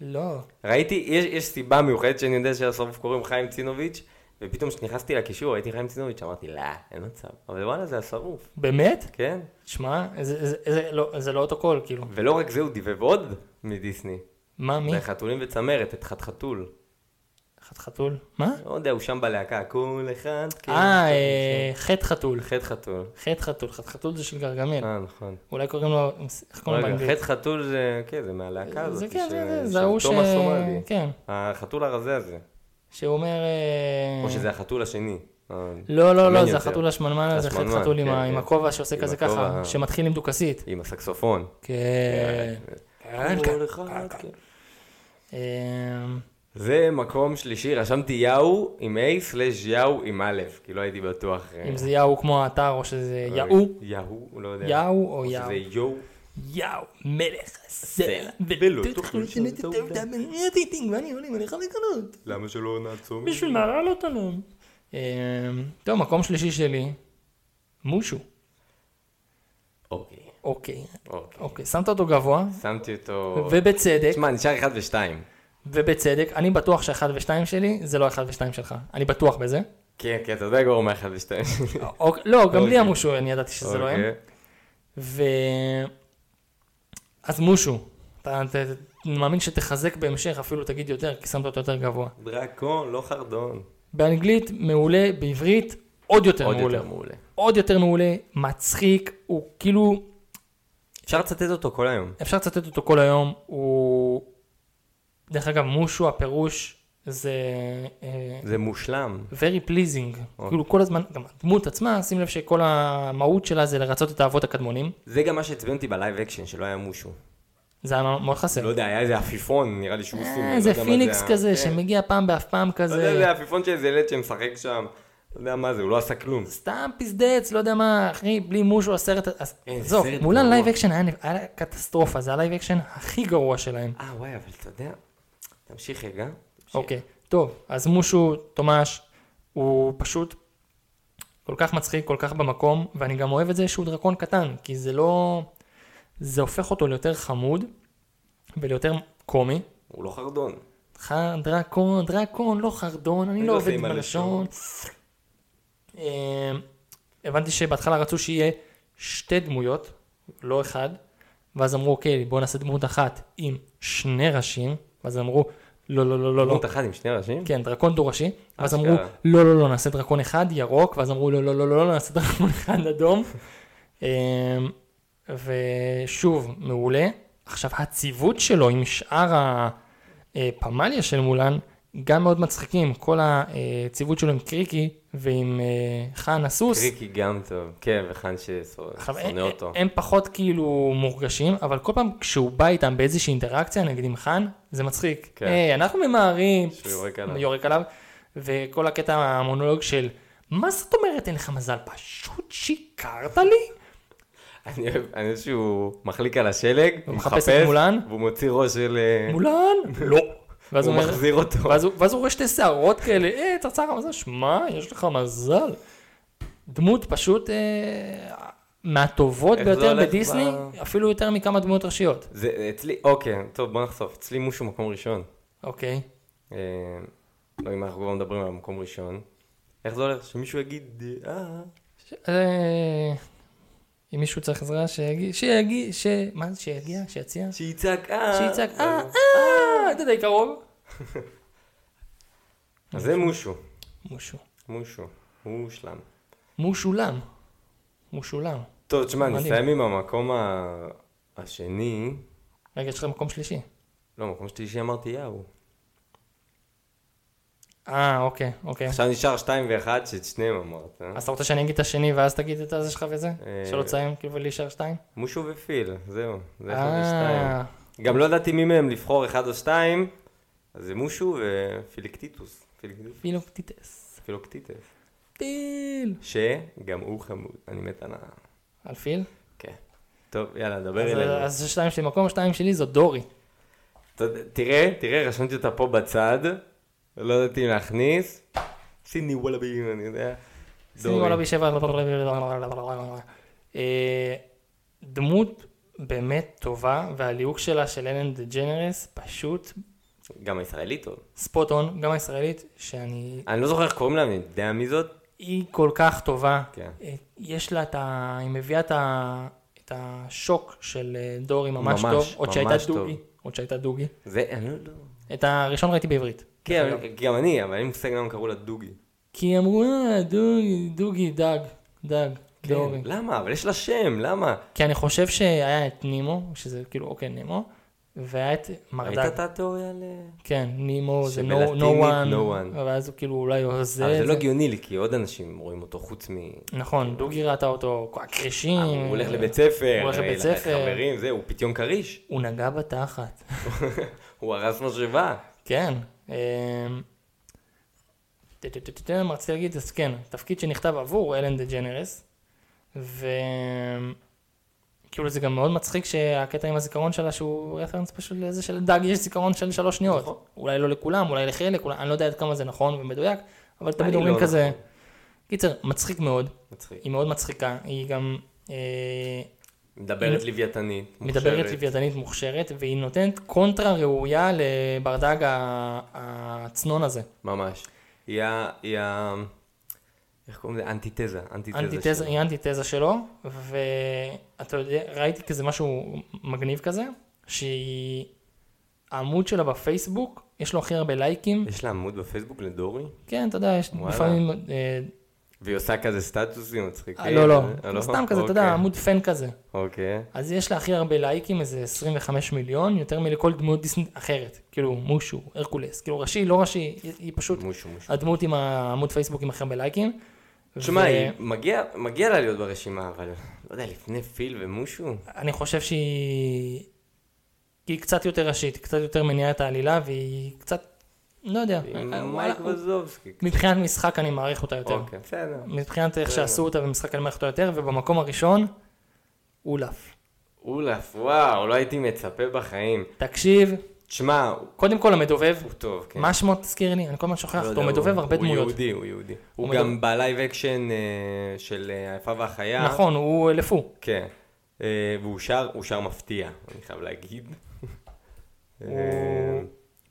Speaker 3: לא.
Speaker 4: ראיתי, יש, יש סיבה מיוחדת שאני יודע שהשרוף קוראים חיים צינוביץ', ופתאום כשנכנסתי לקישור ראיתי חיים צינוביץ', אמרתי, לא, אין מצב. אבל וואלה, זה השרוף,
Speaker 3: באמת?
Speaker 4: כן?
Speaker 3: שמע, זה- זה- זה לא- זה לא אותו קול, כאילו.
Speaker 4: ולא רק זה, הוא דיבב עוד מדיסני.
Speaker 3: מה, מי?
Speaker 4: חתולים וצמרת, את חתחתול.
Speaker 3: חת חתול? מה?
Speaker 4: לא יודע, הוא שם בלהקה, כל אחד, כן.
Speaker 3: אה, אה, כן. חטא חתול.
Speaker 4: חטא חתול.
Speaker 3: חטא חתול. חטא חתול זה של גרגמל.
Speaker 4: אה, נכון.
Speaker 3: אולי קוראים לו, איך קוראים לו
Speaker 4: רגע,
Speaker 3: באנגלית?
Speaker 4: חטא חתול זה, כן, זה מהלהקה הזאת.
Speaker 3: זה כן,
Speaker 4: של-
Speaker 3: זה- זה- זה
Speaker 4: של
Speaker 3: ההוא ש...
Speaker 4: תומאס אומרדי.
Speaker 3: כן.
Speaker 4: החתול הרזה הזה.
Speaker 3: שהוא אומר... אה,
Speaker 4: או שזה החתול השני. אה,
Speaker 3: לא, לא, לא,
Speaker 4: השמן
Speaker 3: זה
Speaker 4: יותר.
Speaker 3: החתול השמנמן הזה, חטא
Speaker 4: השמנמן,
Speaker 3: חתול עם
Speaker 4: כן,
Speaker 3: ה-
Speaker 4: כן.
Speaker 3: עם הכובע שעושה
Speaker 4: עם
Speaker 3: כזה
Speaker 4: הכובע,
Speaker 3: ככה,
Speaker 4: אה.
Speaker 3: שמתחיל עם דוכסית.
Speaker 4: עם הסקסופון.
Speaker 3: כן.
Speaker 4: כל אחד, כן.
Speaker 3: אה,
Speaker 4: זה מקום שלישי, רשמתי יאו עם A סלש יאו עם א', כי לא הייתי בטוח. אה,
Speaker 3: אם זה יאו כמו האתר או שזה
Speaker 4: אה,
Speaker 3: יאו.
Speaker 4: יאו, לא יודע.
Speaker 3: יאו או
Speaker 4: או
Speaker 3: יאו.
Speaker 4: שזה יאו.
Speaker 3: יאו, מלך הסלע,
Speaker 4: ולא
Speaker 3: ולא
Speaker 4: תאכלו
Speaker 3: תאכלו שנות
Speaker 4: שנות
Speaker 3: הטוב דם, טיטינג, ואני עולים עליך לקנות.
Speaker 4: למה שלא נעצום?
Speaker 3: בשביל מה לעלות עליהם? אמ, טוב, מקום שלישי שלי, מושו.
Speaker 4: אוקיי,
Speaker 3: אוקיי,
Speaker 4: אוקיי.
Speaker 3: אוקיי, שמת אותו גבוה,
Speaker 4: שמתי אותו...
Speaker 3: ובצדק,
Speaker 4: תשמע, נשאר אחד ושתיים.
Speaker 3: ובצדק, אני בטוח שאחד ושתיים שלי, זה לא אחד ושתיים שלך. אני בטוח בזה.
Speaker 4: כן, כן, אתה יודע כבר מה אחד ושתיים.
Speaker 3: אוק- לא, גם לי
Speaker 4: אוקיי.
Speaker 3: המושו, אני ידעתי שזה לא הם.
Speaker 4: אוקיי.
Speaker 3: ו... אז מושו, אתה אתה- אני מאמין שתחזק בהמשך, אפילו תגיד יותר, כי שמת אותו יותר גבוה.
Speaker 4: דרקון, לא חרדון.
Speaker 3: באנגלית מעולה, בעברית עוד יותר
Speaker 4: עוד
Speaker 3: מעולה.
Speaker 4: יותר מעולה.
Speaker 3: עוד יותר מעולה, מצחיק, הוא כאילו,
Speaker 4: אפשר לצטט אותו כל היום.
Speaker 3: אפשר לצטט אותו כל היום, הוא... דרך אגב, מושו הפירוש זה אה,
Speaker 4: זה מושלם.
Speaker 3: very pleasing,
Speaker 4: אוקיי.
Speaker 3: כאילו כל הזמן, גם הדמות עצמה, שים לב שכל המהות שלה זה לרצות את האבות הקדמונים,
Speaker 4: זה גם מה שעצבן אותי בלייב אקשן, שלא היה מושו.
Speaker 3: זה היה מאוד חסר.
Speaker 4: לא יודע, היה איזה עפיפון, נראה לי שהוא לא סומי.
Speaker 3: אה, איזה פיניקס כזה, שמגיע פעם באף פעם
Speaker 4: כן. לא יודע,
Speaker 3: כזה,
Speaker 4: זה עפיפון של איזה ילד שמשחק שם. לא יודע מה זה, הוא לא עשה כלום.
Speaker 3: סתם פזדץ, לא יודע מה, אחי, בלי מושו הסרט, אז-
Speaker 4: כן,
Speaker 3: עזוב,
Speaker 4: סרט
Speaker 3: מולן
Speaker 4: גרוע.
Speaker 3: לייב אקשן היה נ- היה קטסטרופה, זה הלייב אקשן הכי גרוע שלהם.
Speaker 4: אה, וואי, אבל אתה יודע... תמשיך רגע.
Speaker 3: אוקיי, טוב, אז מושו, תומש, הוא פשוט כל כך מצחיק, כל כך במקום, ואני גם אוהב את זה שהוא דרקון קטן, כי זה לא... זה הופך אותו ליותר חמוד וליותר קומי.
Speaker 4: הוא לא חרדון.
Speaker 3: ח... דרקון, דרקון, לא חרדון, אני
Speaker 4: אני
Speaker 3: לא
Speaker 4: לא
Speaker 3: עובד
Speaker 4: עושה עם
Speaker 3: בלשון. אה, הבנתי שבהתחלה רצו שיהיה שתי דמויות, לא אחד, ואז אמרו, אוקיי, בואו נעשה דמות אחת עם שני ראשים, ואז אמרו, לא, לא, לא, לא, לא.
Speaker 4: דמות אחת עם שני ראשים?
Speaker 3: כן, דרקון דו-ראשי, ואז
Speaker 4: אשכרה.
Speaker 3: אמרו, לא, לא, לא, נעשה דרקון אחד ירוק, ואז אמרו, לא, לא, לא, לא, לא, נעשה דרקון אחד אדום. אמ, ושוב, מעולה. עכשיו, הציוות שלו עם שאר הפמליה של מולן, גם מאוד מצחיקים. כל הציוות שלו עם קריקי ועם אה, חן הסוס.
Speaker 4: קריקי גם טוב. כן, וחאן ששונא
Speaker 3: עכשיו, אה, הם,
Speaker 4: אותו.
Speaker 3: הם פחות כאילו מורגשים, אבל כל פעם כשהוא בא איתם באיזושהי אינטראקציה, נגיד עם חאן, זה מצחיק. כן.
Speaker 4: כן.
Speaker 3: היי, אנחנו ממהרים.
Speaker 4: שהוא יורק עליו.
Speaker 3: יורק עליו. וכל הקטע המונולוג של, מה זאת אומרת אין לך מזל? פשוט שיקרת לי?
Speaker 4: אני אוהב אני אוהב שהוא מחליק על השלג, הוא
Speaker 3: מחפש את
Speaker 4: מחפש,
Speaker 3: מולן?
Speaker 4: והוא מוציא ראש של... אה,
Speaker 3: מולן? לא. ואז
Speaker 4: הוא
Speaker 3: הוא אומר-
Speaker 4: מחזיר אותו.
Speaker 3: ואז הוא- ואז הוא רואה שתי שערות כאלה, אה, צרצר המזל, שמע, יש לך מזל. דמות פשוט אה, מהטובות
Speaker 4: איך זה
Speaker 3: ביותר
Speaker 4: הולך
Speaker 3: בדיסני,
Speaker 4: ב-
Speaker 3: אפילו יותר מכמה דמויות ראשיות.
Speaker 4: זה אצלי, אוקיי, טוב, בוא נחשוף. אצלי מושהו מקום ראשון.
Speaker 3: אוקיי.
Speaker 4: אה, לא, אם אנחנו כבר מדברים על מקום ראשון. איך זה הולך? שמישהו יגיד, אה...
Speaker 3: ש- אה, אם מישהו צריך עזרה, שיגיע, שיגיע, ש... מה זה? שיגיע? שיציע?
Speaker 4: שיצעק, אה...
Speaker 3: שיצעק, אה,
Speaker 4: אז-
Speaker 3: אה, אתה די קרוב.
Speaker 4: אז זה מושו.
Speaker 3: מושו.
Speaker 4: מושו. מושלם.
Speaker 3: מושולם. מושולם.
Speaker 4: טוב, תשמע,
Speaker 3: מדהים.
Speaker 4: נסיים עם המקום ה- השני.
Speaker 3: רגע, יש לך מקום שלישי.
Speaker 4: לא, מקום שלישי אמרתי יאו.
Speaker 3: אה, אוקיי, אוקיי.
Speaker 4: עכשיו נשאר שתיים ואחד שאת שניהם אמרת. אה?
Speaker 3: אז אתה רוצה שאני אגיד את השני ואז תגיד את הזה שלך וזה?
Speaker 4: אה.
Speaker 3: שלא תסיים, כאילו להישאר שתיים?
Speaker 4: מושו ופיל, זהו. זה אחד ושתיים.
Speaker 3: אה,
Speaker 4: גם לא ידעתי מי מהם לבחור אחד או שתיים, אז זה מושו ופיליקטיטוס. פיליקטיטוס.
Speaker 3: פילוקטיטס.
Speaker 4: פילוקטיטס.
Speaker 3: פיל.
Speaker 4: שגם הוא חמוד. אני מת על ה...
Speaker 3: על פיל?
Speaker 4: כן. טוב, יאללה, דבר
Speaker 3: אז-
Speaker 4: אלינו.
Speaker 3: אז זה שתיים שלי מקום, שתיים שלי זו דורי.
Speaker 4: ת- תראה, תראה, רשמתי אותה פה בצד. לא ידעתי אם להכניס. סיני וולאבי, אני יודע.
Speaker 3: שימו עליו שבע... אה, דמות באמת טובה, והליהוק שלה של אלן דה ג'נרס פשוט
Speaker 4: גם הישראלי טוב.
Speaker 3: ספוט און, גם הישראלית, שאני...
Speaker 4: אני לא זוכר איך קוראים לה, אני יודע מי זאת.
Speaker 3: היא כל כך טובה.
Speaker 4: כן.
Speaker 3: אה, יש לה את ה... היא מביאה את, ה... את השוק של אה, דורי ממש,
Speaker 4: ממש,
Speaker 3: טוב, עוד שהייתה
Speaker 4: ממש
Speaker 3: דוגי.
Speaker 4: טוב.
Speaker 3: עוד שהייתה דוגי.
Speaker 4: זה, אני לא יודע.
Speaker 3: את הראשון ראיתי בעברית.
Speaker 4: כן, אבל- גם אני, אבל אין לי מושג למה קראו לה דוגי.
Speaker 3: כי אמרו, אה, דוגי, דוגי, דג, דג,
Speaker 4: כן,
Speaker 3: דורי.
Speaker 4: למה? אבל יש לה שם, למה?
Speaker 3: כי אני חושב שהיה את נימו, שזה כאילו, אוקיי, נימו, והיה את
Speaker 4: ראית
Speaker 3: מרדג.
Speaker 4: את התיאוריה על... אה,
Speaker 3: כן, נימו זה no,
Speaker 4: שבלטינית,
Speaker 3: no one,
Speaker 4: no one.
Speaker 3: ואז הוא כאילו אולי עוזר.
Speaker 4: אבל זה לא הגיוני לי, כי עוד אנשים רואים אותו חוץ מ...
Speaker 3: נכון, דוגי ראתה אותו, הכרישים.
Speaker 4: אה, הוא הולך לבית ספר,
Speaker 3: אה, הוא הולך לבית
Speaker 4: אה,
Speaker 3: ספר.
Speaker 4: חברים, זה, הוא פיתיון כריש.
Speaker 3: הוא נגע בתחת.
Speaker 4: הוא הרס משאבה.
Speaker 3: כן. אמ, טה-טה-טה-טה, רציתי להגיד, אז כן, תפקיד שנכתב עבור אלן דה ג'נרס, וכאילו כאילו זה גם מאוד מצחיק שהקטע עם הזיכרון שלה שהוא רפרנס פשוט לזה שלדג יש זיכרון של שלוש
Speaker 4: נכון.
Speaker 3: שניות. אולי לא לכולם, אולי לחלק, אולי- אני לא יודע עד כמה זה נכון ומדויק, אבל תמיד
Speaker 4: אני
Speaker 3: אומרים
Speaker 4: לא
Speaker 3: כזה,
Speaker 4: נכון.
Speaker 3: קיצר, מצחיק מאוד,
Speaker 4: מצחיק.
Speaker 3: היא מאוד מצחיקה, היא גם... אה,
Speaker 4: מדברת לוויתנית.
Speaker 3: מדברת
Speaker 4: מוכשרת.
Speaker 3: לוויתנית מוכשרת, והיא נותנת קונטרה ראויה לברדג ה- הצנון הזה.
Speaker 4: ממש. היא ה... היא ה... איך קוראים לזה? אנטיתזה.
Speaker 3: אנטיתזה,
Speaker 4: שלו.
Speaker 3: היא אנטיתזה שלו, ואתה יודע, ראיתי כזה משהו מגניב כזה, שהיא, העמוד שלה בפייסבוק, יש לו הכי הרבה לייקים,
Speaker 4: יש לה עמוד בפייסבוק לדורי?
Speaker 3: כן, אתה יודע, יש
Speaker 4: אה, וואלה.
Speaker 3: לפעמים אה,
Speaker 4: והיא עושה כזה סטטוסים מצחיקים.
Speaker 3: אה, לא, לא.
Speaker 4: אה,
Speaker 3: סתם כזה, אתה
Speaker 4: אוקיי.
Speaker 3: יודע, עמוד פן כזה.
Speaker 4: אוקיי.
Speaker 3: אז יש לה הכי הרבה לייקים, איזה 25 מיליון, יותר מלכל דמות דיסני אחרת. כאילו, מושו, הרקולס. כאילו, ראשי, לא ראשי, היא- היא פשוט
Speaker 4: מושו, מושו.
Speaker 3: הדמות עם העמוד פייסבוק עם הכי הרבה לייקים.
Speaker 4: תשמע,
Speaker 3: ו-
Speaker 4: היא- מגיע מגיע לה להיות ברשימה, אבל לא יודע, לפני פיל ומושו?
Speaker 3: אני חושב שהיא... היא קצת יותר ראשית, היא קצת יותר מניעה את העלילה, והיא קצת, לא יודע.
Speaker 4: עם
Speaker 3: וואלה,
Speaker 4: מייק בוזובסקי.
Speaker 3: מבחינת משחק אני מעריך אותה יותר.
Speaker 4: אוקיי, בסדר.
Speaker 3: מבחינת איך שעשו אותה במשחק אני מעריך אותה יותר, ובמקום הראשון, אולף.
Speaker 4: אולף, וואו, לא הייתי מצפה בחיים.
Speaker 3: תקשיב,
Speaker 4: תשמע, הוא-
Speaker 3: קודם כל המדובב,
Speaker 4: הוא טוב, כן.
Speaker 3: מה שמו תזכיר לי? אני כל הזמן שוכח
Speaker 4: לא
Speaker 3: אותו,
Speaker 4: יודע,
Speaker 3: הוא מדובב הרבה
Speaker 4: הוא
Speaker 3: דמויות.
Speaker 4: יהודי, הוא יהודי. הוא
Speaker 3: הוא
Speaker 4: גם
Speaker 3: מדוב-
Speaker 4: בלייב אקשן אה, של אה, היפה והחיה.
Speaker 3: נכון, הוא אלפו.
Speaker 4: כן. אה, והוא שר, הוא שר מפתיע, אני חייב להגיד. אה,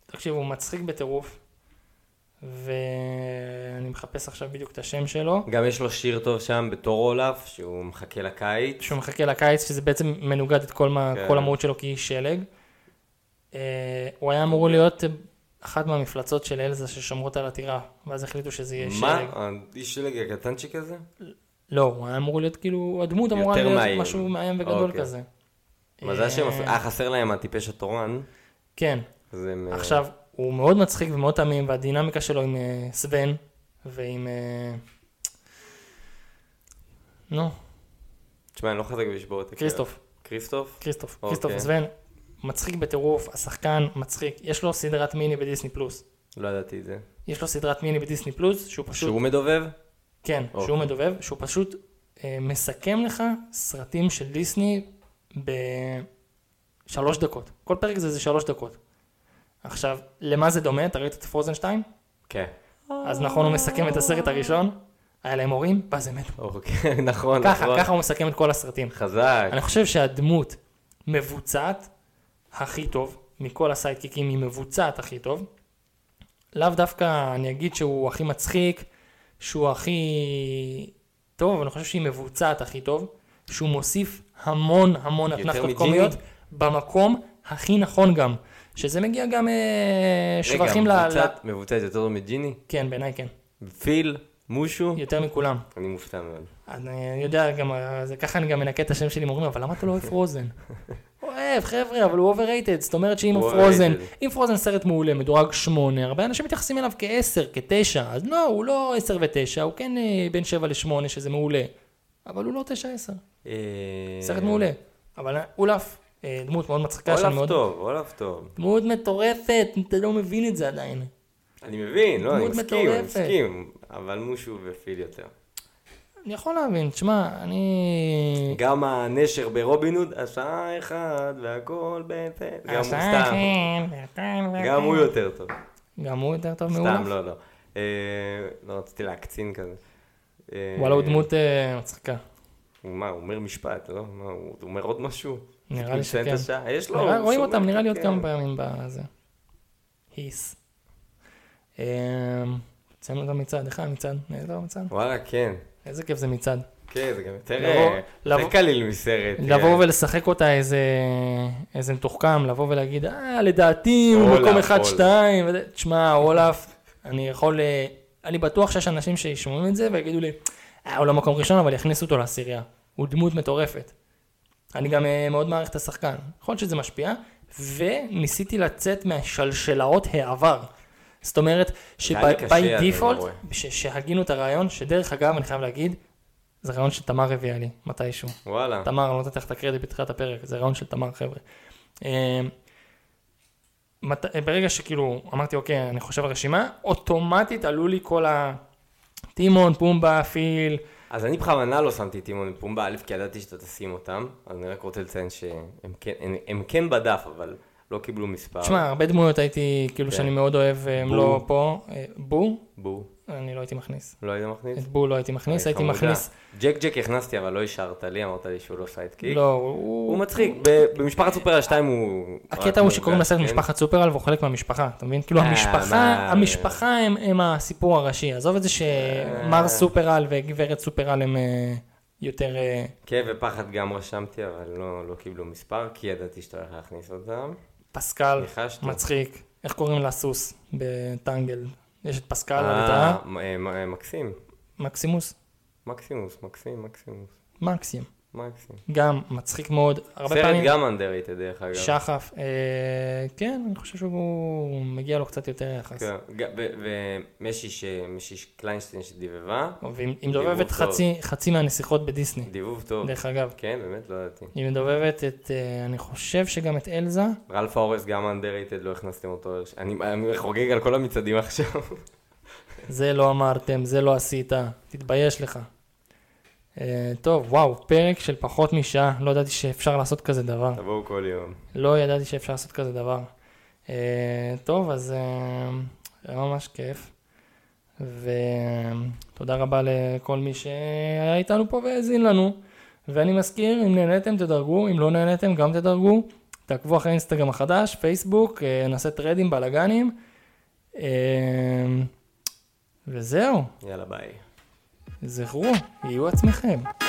Speaker 3: תקשיב, הוא מצחיק בטירוף, ואני מחפש עכשיו בדיוק את השם שלו,
Speaker 4: גם יש לו שיר טוב שם בתור אולף, שהוא מחכה לקיץ.
Speaker 3: שהוא מחכה לקיץ, שזה בעצם מנוגד את כל מה-
Speaker 4: כן.
Speaker 3: כל המהות שלו כי היא שלג. אה, הוא היה אמור להיות אחת מהמפלצות של אלזה ששומרות על הטירה, ואז החליטו שזה יהיה אה, שלג.
Speaker 4: מה? האיש שלג הקטנצ'יק הזה?
Speaker 3: לא, הוא היה אמור להיות כאילו, הדמות אמורה
Speaker 4: יותר
Speaker 3: להיות
Speaker 4: מהים.
Speaker 3: משהו מאיים וגדול
Speaker 4: אוקיי.
Speaker 3: כזה.
Speaker 4: מזל שהם...
Speaker 3: אה,
Speaker 4: עשו- אה, חסר להם הטיפש התורן.
Speaker 3: כן.
Speaker 4: אז הם... אה,
Speaker 3: עכשיו, הוא מאוד מצחיק ומאוד תמים, והדינמיקה שלו עם אה, סבן ועם... אה, נו,
Speaker 4: תשמע, אני לא חזק בלשבור את הקרב.
Speaker 3: כריסטוף,
Speaker 4: כריסטוף?
Speaker 3: כריסטוף,
Speaker 4: אוקיי.
Speaker 3: כריסטוף סבן, מצחיק בטירוף, השחקן מצחיק, יש לו סדרת מיני בדיסני פלוס.
Speaker 4: לא ידעתי את זה.
Speaker 3: יש לו סדרת מיני בדיסני פלוס, שהוא פשוט,
Speaker 4: שהוא מדובב?
Speaker 3: כן,
Speaker 4: אוקיי.
Speaker 3: שהוא מדובב, שהוא פשוט אה, מסכם לך סרטים של דיסני בשלוש דקות. כל פרק זה איזה שלוש דקות. עכשיו, למה זה דומה? אתה ראית את פרוזנשטיין?
Speaker 4: כן.
Speaker 3: אז נכון, הוא מסכם את הסרט הראשון, היה להם הורים, ואז הם מתו.
Speaker 4: אוקיי, נכון,
Speaker 3: ככה,
Speaker 4: נכון.
Speaker 3: ככה הוא מסכם את כל הסרטים.
Speaker 4: חזק.
Speaker 3: אני חושב שהדמות מבוצעת הכי טוב, מכל הסיידקיקים היא מבוצעת הכי טוב. לאו דווקא אני אגיד שהוא הכי מצחיק, שהוא הכי טוב, אבל אני חושב שהיא מבוצעת הכי טוב, שהוא מוסיף המון המון
Speaker 4: יותר
Speaker 3: אתנחתות
Speaker 4: מג'יני?
Speaker 3: קומיות במקום הכי נכון גם, שזה מגיע גם אה, שבחים ל...
Speaker 4: רגע,
Speaker 3: ל...
Speaker 4: מבוצעת- מבוצעת יותר טוב מג'יני?
Speaker 3: כן, בעיניי כן,
Speaker 4: פיל? מושו?
Speaker 3: יותר מכולם.
Speaker 4: אני מופתע מאוד.
Speaker 3: אני יודע גם, אה, זה ככה אני גם מנקה את השם שלי, הם אומרים, אבל למה אתה לא אוהב פרוזן? אוהב, חבר'ה, אבל הוא overrated, זאת אומרת שאם
Speaker 4: הוא
Speaker 3: פרוזן,
Speaker 4: overrated.
Speaker 3: אם פרוזן סרט מעולה, מדורג שמונה, הרבה אנשים מתייחסים אליו כעשר, כתשע, אז לא, הוא לא עשר ותשע, הוא כן אה, בין שבע לשמונה, שזה מעולה, אבל הוא לא תשע עשר,
Speaker 4: אה,
Speaker 3: סרט מעולה, אבל אולף, אה, דמות מאוד מצחיקה שאני
Speaker 4: אולף
Speaker 3: מאוד,
Speaker 4: טוב, אולף טוב.
Speaker 3: דמות מטורפת, אתה לא מבין את זה עדיין.
Speaker 4: אני מבין, לא, אני
Speaker 3: דמות
Speaker 4: מסכים, אני
Speaker 3: מטורפת.
Speaker 4: מסכים. אבל מושו ופיל יותר.
Speaker 3: אני יכול להבין, תשמע, אני...
Speaker 4: גם הנשר ברובין הוד, השעה אחד והכל בסדר. גם הוא
Speaker 3: עשן, אה,
Speaker 4: סתם.
Speaker 3: כן, ואתה-
Speaker 4: גם הוא יותר טוב.
Speaker 3: גם הוא יותר טוב מאולף?
Speaker 4: סתם, לא, לא. אה, לא רציתי להקצין כזה. אה,
Speaker 3: וואלה, הוא דמות אה, מצחיקה.
Speaker 4: הוא מה, הוא אומר משפט, לא? מה, הוא הוא אומר עוד משהו?
Speaker 3: נראה
Speaker 4: הוא
Speaker 3: לי
Speaker 4: מציין את
Speaker 3: שכן.
Speaker 4: השעה, יש לו,
Speaker 3: נראה-
Speaker 4: לא, הוא
Speaker 3: אה, רואים
Speaker 4: שומע,
Speaker 3: אותם, נראה לי עוד
Speaker 4: כן.
Speaker 3: כמה פעמים בזה. היס. אמ, הוצאנו את המצעד, איך היה המצעד? איזה המצעד?
Speaker 4: וואלה, כן.
Speaker 3: איזה כיף זה מצעד.
Speaker 4: כן, זה גם יותר
Speaker 3: לבוא-
Speaker 4: אה, יותר
Speaker 3: לבוא-
Speaker 4: קליל מסרט.
Speaker 3: לבוא
Speaker 4: אה,
Speaker 3: ולשחק אותה איזה איזה מתוחכם, לבוא ולהגיד, אה, לדעתי הוא
Speaker 4: אולף,
Speaker 3: מקום
Speaker 4: אולף.
Speaker 3: 1-2, תשמע, אולף, אני יכול, אה, אני בטוח שיש אנשים שישמעו את זה ויגידו לי, אה, הוא לא מקום ראשון, אבל יכניסו אותו לעשירייה. הוא דמות מטורפת. אני גם אה, מאוד מעריך את השחקן. יכול להיות שזה משפיע, וניסיתי לצאת מהשלשלאות העבר. זאת אומרת,
Speaker 4: היה לי קשה, אז אני
Speaker 3: שביי דיפולט,
Speaker 4: לא רואה.
Speaker 3: שהגינו את הרעיון, שדרך אגב, אני חייב להגיד, זה רעיון שתמר הביאה לי, מתישהו.
Speaker 4: וואלה.
Speaker 3: תמר, אני לא נותן לך את הקרדיט בתחילת הפרק, זה רעיון של תמר, חבר'ה. אה, מת- אה, ברגע שכאילו אמרתי, אוקיי, אני חושב על רשימה, אוטומטית עלו לי כל ה... טימון, פומבה, פיל,
Speaker 4: אז אני בכוונה לא שמתי טימון ופומבה, א', כי ידעתי שאתה תשים אותם, אז אני רק רוצה לציין שהם כן- הם- הם כן בדף, אבל לא קיבלו מספר.
Speaker 3: תשמע, הרבה דמויות הייתי, כאילו שאני מאוד אוהב, הם
Speaker 4: כן. בו.
Speaker 3: לא פה. אה, בו?
Speaker 4: בו,
Speaker 3: אני לא הייתי מכניס.
Speaker 4: לא היית מכניס?
Speaker 3: את בו לא הייתי מכניס, הייתי
Speaker 4: אה, חמודה.
Speaker 3: מכניס.
Speaker 4: ג'ק ג'ק הכנסתי, אבל לא השארת לי, אמרת לי שהוא לא סיידקיק.
Speaker 3: לא, הוא...
Speaker 4: הוא מצחיק, ב- במשפחת סופר השתיים הוא... רק
Speaker 3: הקטע הוא שקוראים
Speaker 4: מורגש,
Speaker 3: לסרט
Speaker 4: כן?
Speaker 3: משפחת סופרל והוא חלק מהמשפחה, אתה מבין? כאילו
Speaker 4: אה,
Speaker 3: המשפחה,
Speaker 4: מה-
Speaker 3: המשפחה הם- הם הסיפור הראשי, עזוב את זה
Speaker 4: אה.
Speaker 3: שמר סופרל וגברת סופרל הם אה, יותר... אה,
Speaker 4: כאב ופחד גם רשמתי, אבל לא, לא קיבלו מספר, כי ידעתי שאתה הולך להכניס אותם.
Speaker 3: פסקל,
Speaker 4: ניחשתי.
Speaker 3: מצחיק, איך קוראים לסוס בטנגל? יש את פסקל,
Speaker 4: אה,
Speaker 3: הליטאה,
Speaker 4: מ- אה, מ- אה, מקסים.
Speaker 3: מקסימוס,
Speaker 4: מקסימוס, מקסים, מקסימוס,
Speaker 3: מקסים.
Speaker 4: מקסים.
Speaker 3: גם מצחיק מאוד, הרבה
Speaker 4: סרט
Speaker 3: פעמים...
Speaker 4: גם underrated דרך אגב.
Speaker 3: שחף, אה, כן, אני חושב שהוא מגיע לו קצת יותר יחס.
Speaker 4: כן, ג- ו- ומישהי ש- מישהי ש- קליינשטיין שדיבבה,
Speaker 3: והיא היא
Speaker 4: דיבוב
Speaker 3: מדובבת
Speaker 4: טוב.
Speaker 3: חצי, חצי מהנסיכות בדיסני,
Speaker 4: דיבוב טוב.
Speaker 3: דרך אגב.
Speaker 4: כן, באמת, לא ידעתי.
Speaker 3: היא מדובבת את, אה, אני חושב שגם את אלזה,
Speaker 4: רלף האורס גם underrated, לא הכנסתם אותו. אני אני חוגג על כל המצעדים עכשיו.
Speaker 3: זה לא אמרתם, זה לא עשית, תתבייש לך. אה, טוב, וואו, פרק של פחות משעה, לא ידעתי שאפשר לעשות כזה דבר.
Speaker 4: תבואו כל יום.
Speaker 3: לא ידעתי שאפשר לעשות כזה דבר. אה, טוב, אז אה, היה ממש כיף. ותודה רבה לכל מי שהיה איתנו פה והאזין לנו. ואני מזכיר, אם נהניתם תדרגו, אם לא נהניתם גם תדרגו. תעקבו אחרי האינסטגרם החדש, פייסבוק, אה, נעשה טרדים, בלאגנים. אה, וזהו,
Speaker 4: יאללה, ביי.
Speaker 3: זכרו, יהיו עצמכם.